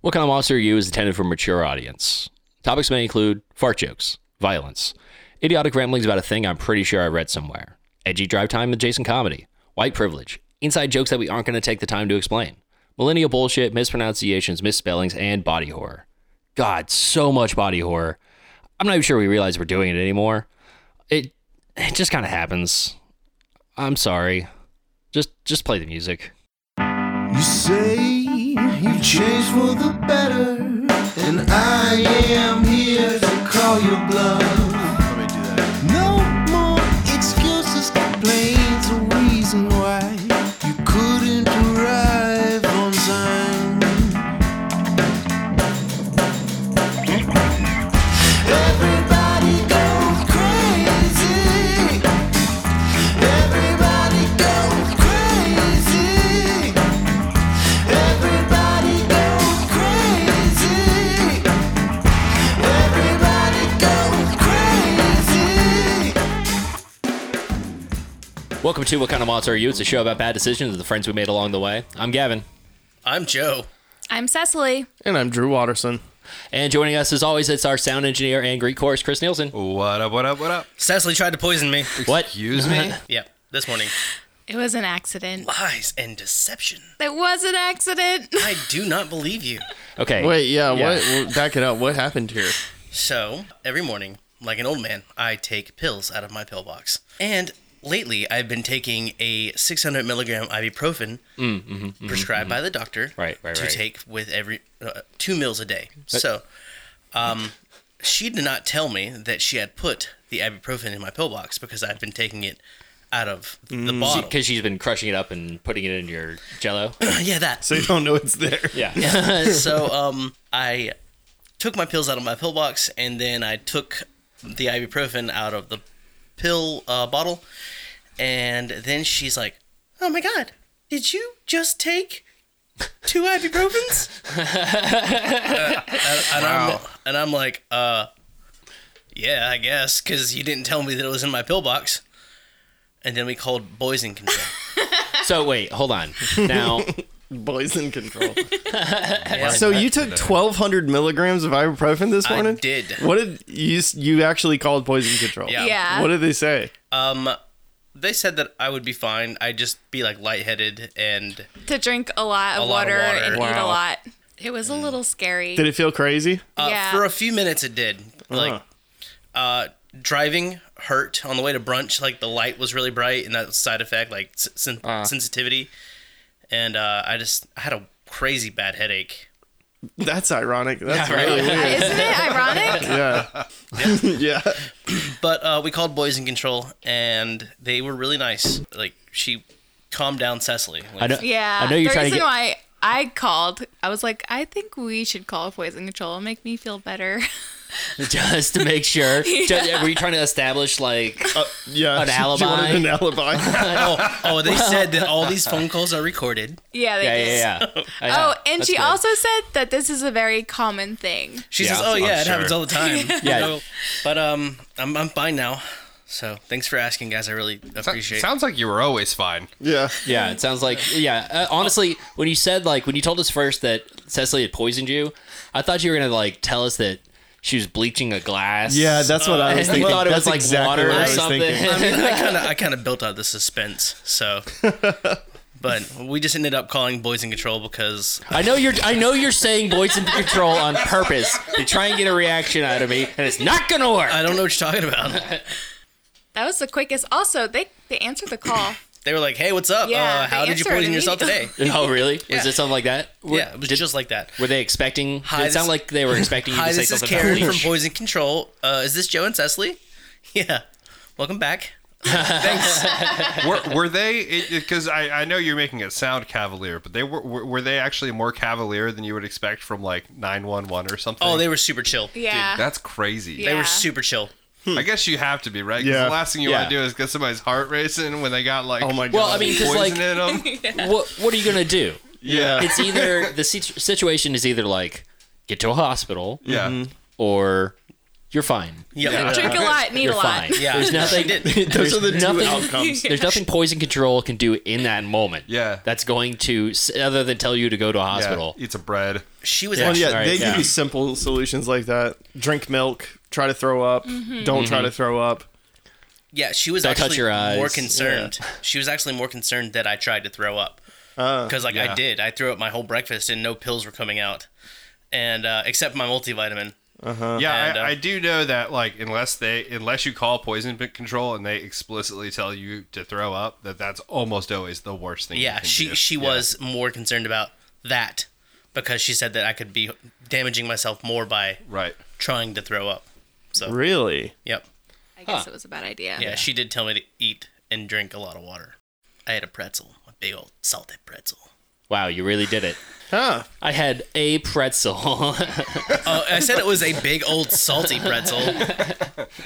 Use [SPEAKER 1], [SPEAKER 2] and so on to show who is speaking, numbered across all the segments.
[SPEAKER 1] What Kind of Monster Are You is intended for a mature audience. Topics may include fart jokes, violence, idiotic ramblings about a thing I'm pretty sure I read somewhere, edgy drive time adjacent comedy, white privilege, inside jokes that we aren't going to take the time to explain, millennial bullshit, mispronunciations, misspellings, and body horror. God, so much body horror. I'm not even sure we realize we're doing it anymore. It it just kind of happens. I'm sorry. Just just play the music.
[SPEAKER 2] You say you've changed for the better, and I am here to call your bluff.
[SPEAKER 3] Let me do that.
[SPEAKER 2] No more excuses, complaints, or reason why you couldn't arrive on time. Everybody goes crazy. Everybody goes crazy. Everybody goes crazy. Everybody goes crazy.
[SPEAKER 1] Welcome to What Kind of Monster Are You? It's a show about bad decisions and the friends we made along the way. I'm Gavin.
[SPEAKER 3] I'm Joe.
[SPEAKER 4] I'm Cecily.
[SPEAKER 5] And I'm Drew Watterson.
[SPEAKER 1] And joining us as always, it's our sound engineer and Greek chorus, Chris Nielsen.
[SPEAKER 3] What up? What up? What up?
[SPEAKER 6] Cecily tried to poison me.
[SPEAKER 1] What?
[SPEAKER 3] Oh, Excuse me.
[SPEAKER 6] Yep, this morning.
[SPEAKER 4] It was an accident.
[SPEAKER 6] Lies and deception.
[SPEAKER 4] It was an accident.
[SPEAKER 6] I do not believe you.
[SPEAKER 1] Okay.
[SPEAKER 5] Wait, yeah,
[SPEAKER 1] Yeah.
[SPEAKER 5] what? well, Back it up. What happened here?
[SPEAKER 6] So, every morning, like an old man, I take pills out of my pill box. And lately, I've been taking a 600 milligram ibuprofen prescribed by the doctor
[SPEAKER 1] Right, right,
[SPEAKER 6] to
[SPEAKER 1] right.
[SPEAKER 6] take with every uh, two meals a day. so, um, she did not tell me that she had put the ibuprofen in my pill box because I've been taking it out of the bottle. Uh,
[SPEAKER 1] Because she's been crushing it up and putting it in your jello.
[SPEAKER 6] yeah, that.
[SPEAKER 5] So you don't know it's there.
[SPEAKER 1] Yeah.
[SPEAKER 6] so um, I took my pills out of my pill box, and then I took the ibuprofen out of the pill uh, bottle, and then she's like, "Oh my god, did you just take two ibuprofens?" Uh, and, I'm, and I'm like, "Uh, yeah, I guess, because you didn't tell me that it was in my pill box." And then we called boys in control.
[SPEAKER 1] So wait, hold on. Now
[SPEAKER 5] Boys in control. so you took 1,200 milligrams of ibuprofen this
[SPEAKER 6] I
[SPEAKER 5] morning?
[SPEAKER 6] did.
[SPEAKER 5] What did you s- you actually called poison control?
[SPEAKER 6] Yeah.
[SPEAKER 4] Yeah.
[SPEAKER 5] What did they say?
[SPEAKER 6] Um, they said that I would be fine. I'd just be like lightheaded and
[SPEAKER 4] to drink a lot of,
[SPEAKER 6] lot of
[SPEAKER 4] water,
[SPEAKER 6] water.
[SPEAKER 4] and eat a
[SPEAKER 5] Wow.
[SPEAKER 4] lot. It was a little scary.
[SPEAKER 5] Did it feel crazy?
[SPEAKER 6] uh,
[SPEAKER 4] yeah.
[SPEAKER 6] for a few minutes it did. Like uh, driving hurt on the way to brunch. Like the light was really bright and that was a side effect like s- sen- sensitivity. And uh, I just I had a crazy bad headache.
[SPEAKER 5] That's ironic. That's really weird.
[SPEAKER 4] Uh, Isn't it ironic?
[SPEAKER 5] Yeah. yeah.
[SPEAKER 6] But uh, we called boys in control and they were really nice. Like she calmed down Cecily. Like,
[SPEAKER 1] I know
[SPEAKER 4] Yeah.
[SPEAKER 1] I know you're
[SPEAKER 4] the
[SPEAKER 1] trying to
[SPEAKER 4] reason
[SPEAKER 1] get
[SPEAKER 4] why I called, I was like, I think we should call poison control and make me feel better.
[SPEAKER 1] just to make sure. Just- were you trying to establish like
[SPEAKER 4] Oh,
[SPEAKER 5] Uh, yeah.
[SPEAKER 1] An
[SPEAKER 5] She
[SPEAKER 1] alibi.
[SPEAKER 5] wanted an alibi.
[SPEAKER 6] oh, oh, they said that all these phone calls are recorded.
[SPEAKER 4] yeah, they
[SPEAKER 1] Yeah,
[SPEAKER 4] did.
[SPEAKER 1] yeah, yeah. I know.
[SPEAKER 4] Oh, and
[SPEAKER 1] That's
[SPEAKER 4] she
[SPEAKER 1] good.
[SPEAKER 4] also said that this is a very common thing.
[SPEAKER 6] She
[SPEAKER 1] Yeah,
[SPEAKER 6] says, "Oh yeah, it
[SPEAKER 3] sure.
[SPEAKER 6] happens all the time."
[SPEAKER 1] Yeah.
[SPEAKER 6] So- but um, I'm I'm fine now. So thanks for asking, guys. I really appreciate. it.
[SPEAKER 3] Sounds like you were always fine.
[SPEAKER 5] yeah.
[SPEAKER 1] Yeah, it sounds like yeah. Uh, honestly, when you said like when you told us first that Cecily had poisoned you, I thought you were gonna like tell us that she was bleaching a glass.
[SPEAKER 5] Yeah, that's what I was
[SPEAKER 1] and
[SPEAKER 5] thinking.
[SPEAKER 1] you thought it
[SPEAKER 5] That's
[SPEAKER 1] was like
[SPEAKER 5] exactly
[SPEAKER 1] water
[SPEAKER 5] what
[SPEAKER 1] or
[SPEAKER 5] I was
[SPEAKER 1] something.
[SPEAKER 5] thinking.
[SPEAKER 6] I mean, I kind of I kind of built out the suspense. So, but we just ended up calling boys in control because
[SPEAKER 1] I know you're. I know you're saying boys in control on purpose to try and get a reaction out of me, and it's not gonna work.
[SPEAKER 6] I don't know what you're talking about.
[SPEAKER 4] That was the quickest. Also, they, they answered the call.
[SPEAKER 6] They were like, "Hey, what's up?
[SPEAKER 4] Yeah,
[SPEAKER 6] uh, how
[SPEAKER 4] they
[SPEAKER 6] did you
[SPEAKER 4] answered
[SPEAKER 6] poison yourself today?"
[SPEAKER 1] oh, really?
[SPEAKER 6] Yeah.
[SPEAKER 1] Was it something like that? Were,
[SPEAKER 6] yeah, it was just like that.
[SPEAKER 1] were they expecting?
[SPEAKER 6] Hi,
[SPEAKER 1] it
[SPEAKER 6] this-
[SPEAKER 1] sounded like they were expecting you
[SPEAKER 6] Hi,
[SPEAKER 1] to say
[SPEAKER 6] this is
[SPEAKER 1] something about
[SPEAKER 6] Karen from
[SPEAKER 1] bleach.
[SPEAKER 6] Poison Control. Uh, is this Joe and Cecily? Yeah, welcome back.
[SPEAKER 3] Were, were they? Because I, I know you're making it sound cavalier, but they were, were were they actually more cavalier than you would expect from like nine one one or something?
[SPEAKER 6] Oh, they were super chill.
[SPEAKER 4] Yeah.
[SPEAKER 3] That's crazy.
[SPEAKER 4] Yeah.
[SPEAKER 6] They were super chill.
[SPEAKER 3] I guess you have to be right. 'Cause
[SPEAKER 5] Yeah.
[SPEAKER 3] The last thing you
[SPEAKER 1] Yeah.
[SPEAKER 3] want to do is get somebody's heart racing when they got like
[SPEAKER 5] Oh my god.
[SPEAKER 1] Well, I mean, because
[SPEAKER 3] poison
[SPEAKER 1] like,
[SPEAKER 3] in them.
[SPEAKER 1] what what are you gonna do?
[SPEAKER 5] yeah.
[SPEAKER 1] It's either the situ- situation is either like get to a hospital
[SPEAKER 3] Yeah.
[SPEAKER 1] or You're fine.
[SPEAKER 6] Yeah.
[SPEAKER 4] Drink a lot, need
[SPEAKER 1] You're
[SPEAKER 4] a lot.
[SPEAKER 1] fine.
[SPEAKER 6] Yeah.
[SPEAKER 1] There's nothing.
[SPEAKER 5] Those are the two
[SPEAKER 1] nothing-
[SPEAKER 5] outcomes.
[SPEAKER 1] There's nothing poison control can do in that moment.
[SPEAKER 3] Yeah.
[SPEAKER 1] That's going to s- other than tell you to go to a hospital.
[SPEAKER 3] Yeah, eat some bread.
[SPEAKER 6] She was
[SPEAKER 5] Well,
[SPEAKER 6] actually
[SPEAKER 5] yeah,
[SPEAKER 1] All right,
[SPEAKER 5] they
[SPEAKER 1] yeah.
[SPEAKER 5] give you simple solutions like that. Drink milk. Try to throw up.
[SPEAKER 1] Mm-hmm.
[SPEAKER 5] Don't try to throw up.
[SPEAKER 6] Yeah, she was
[SPEAKER 1] Don't touch
[SPEAKER 6] actually
[SPEAKER 1] your eyes.
[SPEAKER 6] more concerned. She was actually more concerned that I tried to throw up because, like, I did. I threw up my whole breakfast, and no pills were coming out, and uh, except my multivitamin.
[SPEAKER 3] Yeah,
[SPEAKER 6] And, uh,
[SPEAKER 3] I, I do know that like unless they unless you call poison p- control and they explicitly tell you to throw up, that that's almost always the worst thing. you
[SPEAKER 6] Yeah,
[SPEAKER 3] can
[SPEAKER 6] she
[SPEAKER 3] do.
[SPEAKER 6] she
[SPEAKER 3] Yeah.
[SPEAKER 6] was more concerned about that because she said that I could be damaging myself more by
[SPEAKER 3] right.
[SPEAKER 6] trying to throw up. So
[SPEAKER 5] Really?
[SPEAKER 6] yep,
[SPEAKER 4] I guess it was a bad idea.
[SPEAKER 6] yeah, she did tell me to eat and drink a lot of water. I had a pretzel, a big old salted pretzel.
[SPEAKER 1] Wow, you really did it.
[SPEAKER 5] Huh.
[SPEAKER 1] I had a pretzel.
[SPEAKER 6] Oh, I said it was a big old salty pretzel.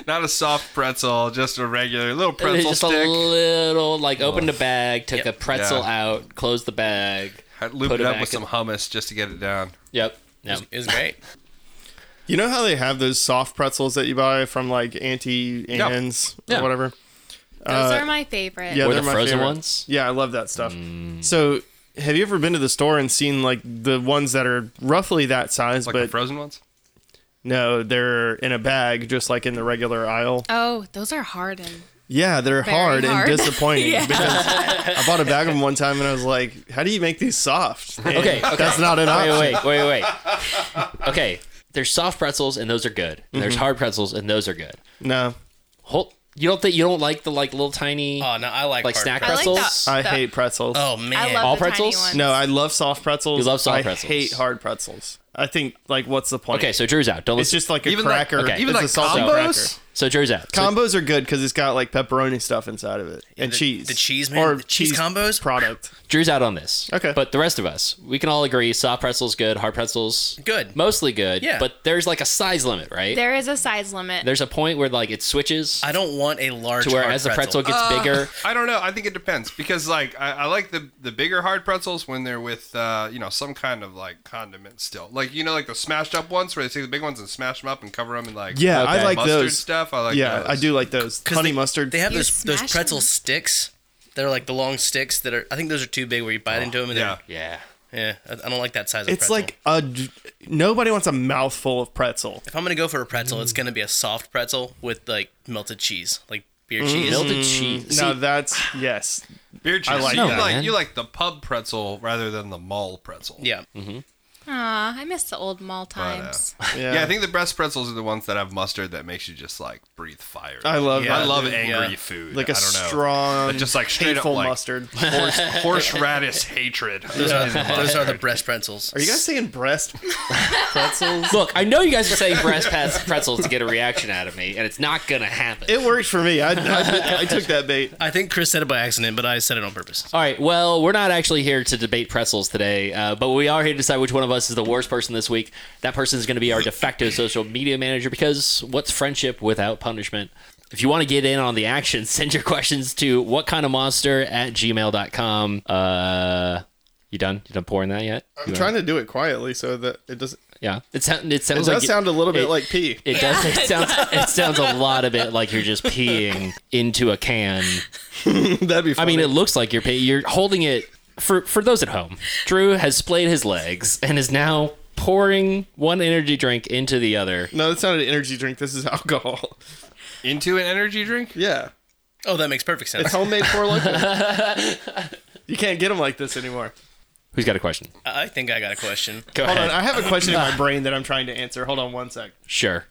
[SPEAKER 3] Not a soft pretzel, just a regular little
[SPEAKER 1] It's
[SPEAKER 3] pretzel
[SPEAKER 1] just
[SPEAKER 3] stick.
[SPEAKER 1] a little like opened the bag, took
[SPEAKER 6] Yep.
[SPEAKER 1] a pretzel
[SPEAKER 3] Yeah.
[SPEAKER 1] out, closed the bag.
[SPEAKER 3] I looped
[SPEAKER 1] put
[SPEAKER 3] it
[SPEAKER 1] it
[SPEAKER 3] up
[SPEAKER 1] back
[SPEAKER 3] with
[SPEAKER 1] in-
[SPEAKER 3] some hummus just to get it down.
[SPEAKER 1] Yep. Yep.
[SPEAKER 6] It was great.
[SPEAKER 5] You know how they have those soft pretzels that you buy from like Auntie Anne's or
[SPEAKER 1] Yeah.
[SPEAKER 5] whatever?
[SPEAKER 4] Those are my favorite.
[SPEAKER 5] Yeah,
[SPEAKER 1] Or
[SPEAKER 5] they're
[SPEAKER 1] the
[SPEAKER 5] my
[SPEAKER 1] frozen
[SPEAKER 5] favorite.
[SPEAKER 1] ones? Mm.
[SPEAKER 5] Yeah, I love that stuff. So, have you ever been to the store and seen like the ones that are roughly that size,
[SPEAKER 3] Like the
[SPEAKER 5] but
[SPEAKER 3] frozen ones?
[SPEAKER 5] no, they're in a bag, just like in the regular aisle?
[SPEAKER 4] Oh, those are hardened.
[SPEAKER 5] Yeah, they're
[SPEAKER 4] hard.
[SPEAKER 5] hard, and disappointing because I bought a bag of them one time and I was like, "How do you make these soft?" And
[SPEAKER 1] Okay, okay.
[SPEAKER 5] that's not an option.
[SPEAKER 1] Wait, wait, wait, wait. okay. There's soft pretzels and those are good. And There's hard pretzels and those are good.
[SPEAKER 5] No,
[SPEAKER 1] Whole, you don't think you don't like the like little tiny
[SPEAKER 6] Oh no, I like
[SPEAKER 1] like
[SPEAKER 6] hard
[SPEAKER 1] snack
[SPEAKER 6] pretzels.
[SPEAKER 4] I like
[SPEAKER 1] pretzels?
[SPEAKER 4] that.
[SPEAKER 5] I hate pretzels.
[SPEAKER 6] Oh man,
[SPEAKER 4] I love
[SPEAKER 1] All
[SPEAKER 4] the tiny
[SPEAKER 1] pretzels?
[SPEAKER 4] ones.
[SPEAKER 5] No, I love soft pretzels.
[SPEAKER 1] You love soft
[SPEAKER 5] I
[SPEAKER 1] pretzels.
[SPEAKER 5] hate hard pretzels. I think like, what's the point?
[SPEAKER 1] okay, so Drew's out. Don't
[SPEAKER 5] it's
[SPEAKER 1] listen.
[SPEAKER 5] just like a
[SPEAKER 3] Even like-
[SPEAKER 5] cracker.
[SPEAKER 1] okay. Even
[SPEAKER 5] it's
[SPEAKER 3] like
[SPEAKER 5] a salted
[SPEAKER 3] combos?
[SPEAKER 5] cracker.
[SPEAKER 1] so Drew's out. So-
[SPEAKER 5] Combos are good because it's got like pepperoni stuff inside of it and
[SPEAKER 6] the-
[SPEAKER 5] cheese.
[SPEAKER 6] the cheese, man.
[SPEAKER 5] or
[SPEAKER 6] The cheese combos?
[SPEAKER 5] product.
[SPEAKER 1] Drew's out on this.
[SPEAKER 5] Okay.
[SPEAKER 1] But the rest of us, we can all agree soft pretzels good, hard pretzels
[SPEAKER 6] Good.
[SPEAKER 1] Mostly good.
[SPEAKER 6] Yeah.
[SPEAKER 1] But there's like a size limit, right?
[SPEAKER 4] There is a size limit.
[SPEAKER 1] there's a point where like it switches
[SPEAKER 6] I don't want a large.
[SPEAKER 1] to where
[SPEAKER 6] hard Uh,
[SPEAKER 1] as the pretzel gets bigger,
[SPEAKER 3] I don't know. I think it depends because, like, I, I like the the bigger hard pretzels when they're with, uh, you know, some kind of like condiment still. Like, you know, like the smashed up ones where they take the big ones and smash them up and cover them in like
[SPEAKER 5] Yeah, I
[SPEAKER 1] Okay.
[SPEAKER 5] like
[SPEAKER 3] mustard
[SPEAKER 5] those.
[SPEAKER 3] stuff. I like
[SPEAKER 5] yeah,
[SPEAKER 3] those.
[SPEAKER 5] I do like those.
[SPEAKER 6] 'Cause
[SPEAKER 5] Honey
[SPEAKER 6] they-
[SPEAKER 5] mustard.
[SPEAKER 6] They have
[SPEAKER 4] You
[SPEAKER 6] those those
[SPEAKER 4] smash
[SPEAKER 6] pretzel
[SPEAKER 4] them.
[SPEAKER 6] sticks. They're like the long sticks that are. I think those are too big where you bite into them. And
[SPEAKER 3] Yeah.
[SPEAKER 6] yeah,
[SPEAKER 1] yeah.
[SPEAKER 6] yeah. I, I don't like that size. of
[SPEAKER 5] Oh, it's
[SPEAKER 6] pretzel.
[SPEAKER 5] like a d- nobody wants a mouthful of pretzel.
[SPEAKER 6] if I'm gonna go for a pretzel, it's
[SPEAKER 5] Mm.
[SPEAKER 6] gonna be a soft pretzel with like melted cheese, like beer
[SPEAKER 5] Mm-hmm.
[SPEAKER 6] cheese.
[SPEAKER 1] Melted cheese.
[SPEAKER 5] No,
[SPEAKER 1] See,
[SPEAKER 5] that's yes.
[SPEAKER 3] Beer cheese.
[SPEAKER 5] like
[SPEAKER 3] you
[SPEAKER 1] that.
[SPEAKER 3] like
[SPEAKER 1] Man.
[SPEAKER 3] you like the pub pretzel rather than the mall pretzel.
[SPEAKER 6] Yeah,
[SPEAKER 1] Mm-hmm.
[SPEAKER 4] Aw, I miss the old mall times.
[SPEAKER 5] Yeah,
[SPEAKER 3] Yeah. I think the best pretzels are the ones that have mustard that makes you just like breathe fire.
[SPEAKER 5] I love
[SPEAKER 6] Yeah.
[SPEAKER 5] that,
[SPEAKER 3] I love
[SPEAKER 5] dude.
[SPEAKER 3] angry
[SPEAKER 6] Yeah.
[SPEAKER 3] food.
[SPEAKER 5] Like a
[SPEAKER 3] I don't know.
[SPEAKER 5] strong,
[SPEAKER 3] But just like straight up
[SPEAKER 5] hateful
[SPEAKER 3] like
[SPEAKER 5] mustard.
[SPEAKER 3] horse, horseradish hatred.
[SPEAKER 6] those, are, those are the breast pretzels.
[SPEAKER 5] Are you guys saying breast pretzels?
[SPEAKER 1] Look, I know you guys are saying breast pats pretzels to get a reaction out of me, and it's not gonna happen.
[SPEAKER 5] It worked for me. I, I, I took that bait.
[SPEAKER 6] I think Chris said it by accident, but I said it on purpose.
[SPEAKER 1] All right. Well, we're not actually here to debate pretzels today, uh, but we are here to decide which one of us is the worst person this week. That person is going to be our de facto social media manager because what's friendship without punishment? If you want to get in on the action, send your questions to what kind of monster at gmail.com. Uh, you done? You done pouring that yet?
[SPEAKER 5] I'm trying to do it quietly so that it doesn't.
[SPEAKER 1] Yeah. It, sound, it
[SPEAKER 5] It
[SPEAKER 1] sounds like
[SPEAKER 5] does sound a little bit
[SPEAKER 1] it-
[SPEAKER 5] like pee.
[SPEAKER 1] It does. It sounds. It sounds a lot of it like you're just peeing into a can.
[SPEAKER 5] That'd be.
[SPEAKER 1] I
[SPEAKER 5] Funny.
[SPEAKER 1] mean, it looks like you're pee- you're holding it for for those at home. Drew has splayed his legs and is now pouring one energy drink into the other.
[SPEAKER 5] no, that's not an energy drink. This is alcohol.
[SPEAKER 3] Into an energy drink?
[SPEAKER 5] Yeah,
[SPEAKER 6] Oh, that makes perfect sense.
[SPEAKER 5] it's homemade for local. you can't get them like this anymore.
[SPEAKER 1] Who's got a question?
[SPEAKER 6] I I think I got a question.
[SPEAKER 1] Go
[SPEAKER 5] Hold on,
[SPEAKER 1] ahead.
[SPEAKER 5] I have a question in my brain that I'm trying to answer. Hold on one sec.
[SPEAKER 1] sure.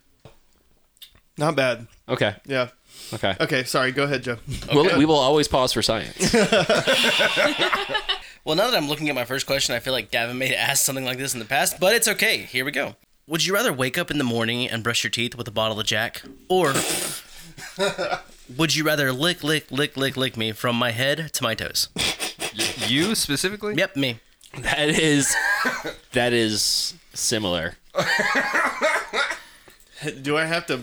[SPEAKER 5] Not bad.
[SPEAKER 1] Okay.
[SPEAKER 5] Yeah.
[SPEAKER 1] Okay.
[SPEAKER 5] Okay. Sorry. Go ahead, Joe.
[SPEAKER 1] We'll, we will always pause for science.
[SPEAKER 6] Well, now that I'm looking at my first question, I feel like Gavin may have asked something like this in the past, but it's okay. Here we go. Would you rather wake up in the morning and brush your teeth with a bottle of Jack, or would you rather lick, lick, lick, lick, lick me from my head to my toes?
[SPEAKER 3] You specifically?
[SPEAKER 6] Yep, me.
[SPEAKER 1] that is. That is similar.
[SPEAKER 5] Do I have to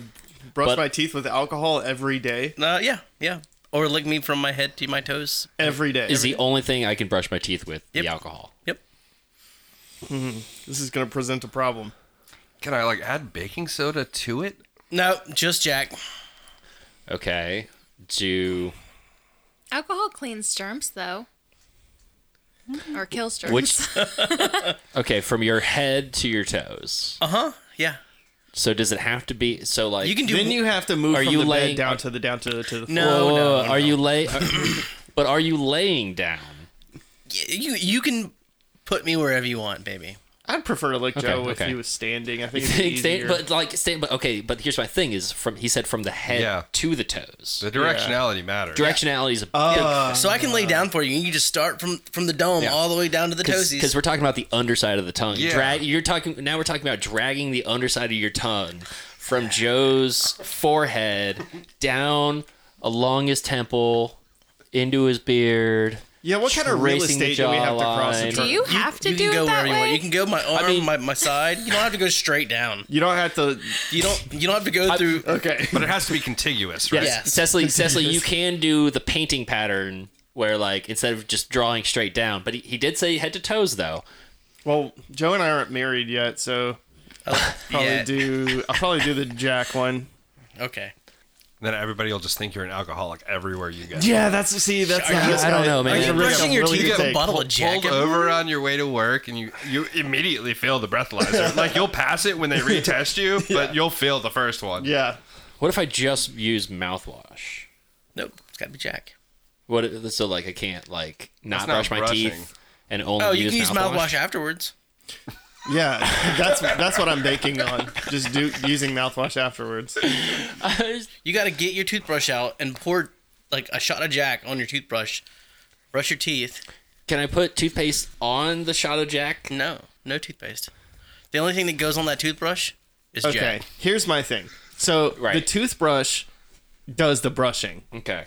[SPEAKER 5] brush
[SPEAKER 1] But-
[SPEAKER 5] my teeth with alcohol every day?
[SPEAKER 6] Uh, yeah, yeah. Or lick me from my head to my toes.
[SPEAKER 5] Every day.
[SPEAKER 1] Is the only thing I can brush my teeth with the
[SPEAKER 6] Yep.
[SPEAKER 1] alcohol.
[SPEAKER 6] Yep.
[SPEAKER 5] this is going to present a problem.
[SPEAKER 3] Can I like add baking soda to it?
[SPEAKER 6] No, just Jack.
[SPEAKER 1] Okay. Do
[SPEAKER 4] Alcohol cleans germs, though. Or kills germs.
[SPEAKER 1] which? okay, from your head to your toes.
[SPEAKER 6] Uh huh. Yeah.
[SPEAKER 1] So does it have to be? So like
[SPEAKER 6] You can do.
[SPEAKER 5] Then you have to move
[SPEAKER 1] Are
[SPEAKER 5] from
[SPEAKER 1] you
[SPEAKER 5] the
[SPEAKER 1] laying-
[SPEAKER 5] bed down to the down to the to the floor.
[SPEAKER 6] Oh, no,
[SPEAKER 1] Whoa,
[SPEAKER 6] no,
[SPEAKER 1] whoa,
[SPEAKER 6] no,
[SPEAKER 1] uh, Are
[SPEAKER 6] no.
[SPEAKER 1] you lay? but are you laying down?
[SPEAKER 6] you you can put me wherever you want, baby.
[SPEAKER 5] I'd prefer to lick
[SPEAKER 1] Okay,
[SPEAKER 5] Joe if
[SPEAKER 1] okay.
[SPEAKER 5] he was standing. I think it'd be
[SPEAKER 1] Sta-
[SPEAKER 5] easier.
[SPEAKER 1] but like, sta- but okay. But here's my thing: is from he said from the head
[SPEAKER 3] Yeah.
[SPEAKER 1] to the toes.
[SPEAKER 3] The directionality matters.
[SPEAKER 1] Directionality is a
[SPEAKER 6] so I can lay down for you. You can just start from from the dome
[SPEAKER 1] Yeah.
[SPEAKER 6] all the way down to the toesies.
[SPEAKER 1] because we're talking about the underside of the tongue.
[SPEAKER 3] Yeah.
[SPEAKER 1] Drag, you're talking now. We're talking about dragging the underside of your tongue from Joe's forehead down along his temple into his beard.
[SPEAKER 5] yeah, what kind of real
[SPEAKER 1] tracing the
[SPEAKER 5] estate do we have to cross?
[SPEAKER 1] jawline.
[SPEAKER 5] The
[SPEAKER 4] do you have to
[SPEAKER 6] you
[SPEAKER 4] do
[SPEAKER 6] can go
[SPEAKER 4] it that
[SPEAKER 6] wherever you
[SPEAKER 4] way?
[SPEAKER 6] want. You can go my arm,
[SPEAKER 1] mean-
[SPEAKER 6] my, my side. You don't have to go straight down.
[SPEAKER 5] you don't have to.
[SPEAKER 6] You don't you don't have to go through.
[SPEAKER 5] Okay.
[SPEAKER 3] but it has to be contiguous, right?
[SPEAKER 1] Yes,
[SPEAKER 6] Yes.
[SPEAKER 1] Cecily, Cecily, you can do the painting pattern where like instead of just drawing straight down. But he, he did say head to toes though.
[SPEAKER 5] Well, Joe and I aren't married yet, so probably
[SPEAKER 6] Yeah.
[SPEAKER 5] do. I'll probably do the Jack one.
[SPEAKER 6] Okay.
[SPEAKER 3] Then everybody will just think you're an alcoholic everywhere you go.
[SPEAKER 5] Yeah, that's see. That's
[SPEAKER 1] I don't know, man.
[SPEAKER 5] I
[SPEAKER 1] Are you
[SPEAKER 5] can really-
[SPEAKER 6] brushing your
[SPEAKER 5] really
[SPEAKER 6] teeth
[SPEAKER 5] good
[SPEAKER 6] with a
[SPEAKER 5] take.
[SPEAKER 6] bottle of Jack?
[SPEAKER 3] Pulled over on your way to work, and you you immediately fail the breathalyzer. like you'll pass it when they retest you, but you'll fail the first one.
[SPEAKER 5] Yeah.
[SPEAKER 1] What if I just use mouthwash?
[SPEAKER 6] Nope. It's got to be Jack.
[SPEAKER 1] What? So like I can't like not
[SPEAKER 3] not
[SPEAKER 1] brush my
[SPEAKER 3] brushing.
[SPEAKER 1] teeth and only
[SPEAKER 6] Oh, you
[SPEAKER 1] use,
[SPEAKER 6] can use
[SPEAKER 1] mouthwash.
[SPEAKER 6] mouthwash afterwards.
[SPEAKER 5] Yeah, that's that's what I'm banking on. Just do using mouthwash afterwards.
[SPEAKER 6] You got to get your toothbrush out and pour like a shot of Jack on your toothbrush. Brush your teeth.
[SPEAKER 1] Can I put toothpaste on the Shadow Jack?
[SPEAKER 6] No, no toothpaste. The only thing that goes on that toothbrush is
[SPEAKER 5] Okay,
[SPEAKER 6] Jack.
[SPEAKER 5] here's my thing. So the
[SPEAKER 1] Right.
[SPEAKER 5] toothbrush does the brushing.
[SPEAKER 1] Okay.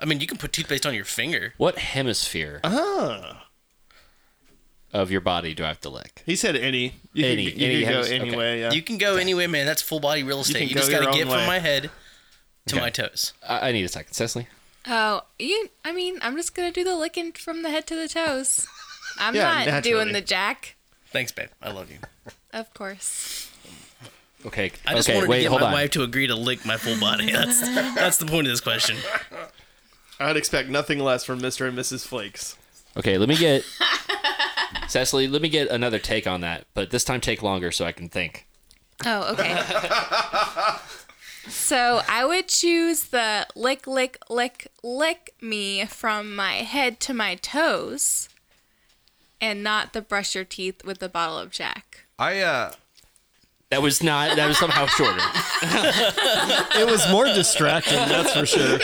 [SPEAKER 6] I mean, you can put toothpaste on your finger.
[SPEAKER 1] What hemisphere
[SPEAKER 6] Uh-huh.
[SPEAKER 1] of your body do I have to lick?
[SPEAKER 5] He said any. You
[SPEAKER 1] Any,
[SPEAKER 5] Could, you
[SPEAKER 1] any
[SPEAKER 5] could go
[SPEAKER 1] has- okay.
[SPEAKER 5] anyway. Yeah.
[SPEAKER 6] You can go anyway, man. That's full body real estate.
[SPEAKER 5] can
[SPEAKER 6] You, just
[SPEAKER 5] go
[SPEAKER 6] got
[SPEAKER 5] your
[SPEAKER 6] to
[SPEAKER 5] own
[SPEAKER 6] get
[SPEAKER 5] way.
[SPEAKER 6] from my head to
[SPEAKER 1] Okay.
[SPEAKER 6] my toes.
[SPEAKER 1] I, I need a second, Cecily.
[SPEAKER 4] Oh, you. I mean, I'm just gonna do the licking from the head to the toes. I'm
[SPEAKER 5] Yeah,
[SPEAKER 4] not
[SPEAKER 5] naturally.
[SPEAKER 4] doing the jack,
[SPEAKER 6] Thanks, babe. I love you.
[SPEAKER 4] of course.
[SPEAKER 1] Okay.
[SPEAKER 6] I just
[SPEAKER 1] okay.
[SPEAKER 6] wanted to
[SPEAKER 1] Wait.
[SPEAKER 6] get
[SPEAKER 1] Hold
[SPEAKER 6] my
[SPEAKER 1] on.
[SPEAKER 6] wife to agree to lick my full body. That's that's the point of this question.
[SPEAKER 5] I would expect nothing less from Mr. and Mrs. Flakes.
[SPEAKER 1] Okay. Let me get Cecily. Let me get another take on that, but this time take longer so I can think.
[SPEAKER 4] Oh, okay. so I would choose the lick, lick, lick, lick me from my head to my toes, and not the brush your teeth with the bottle of Jack.
[SPEAKER 3] I uh,
[SPEAKER 1] That was not. That was somehow shorter.
[SPEAKER 5] It was more distracting, that's for sure.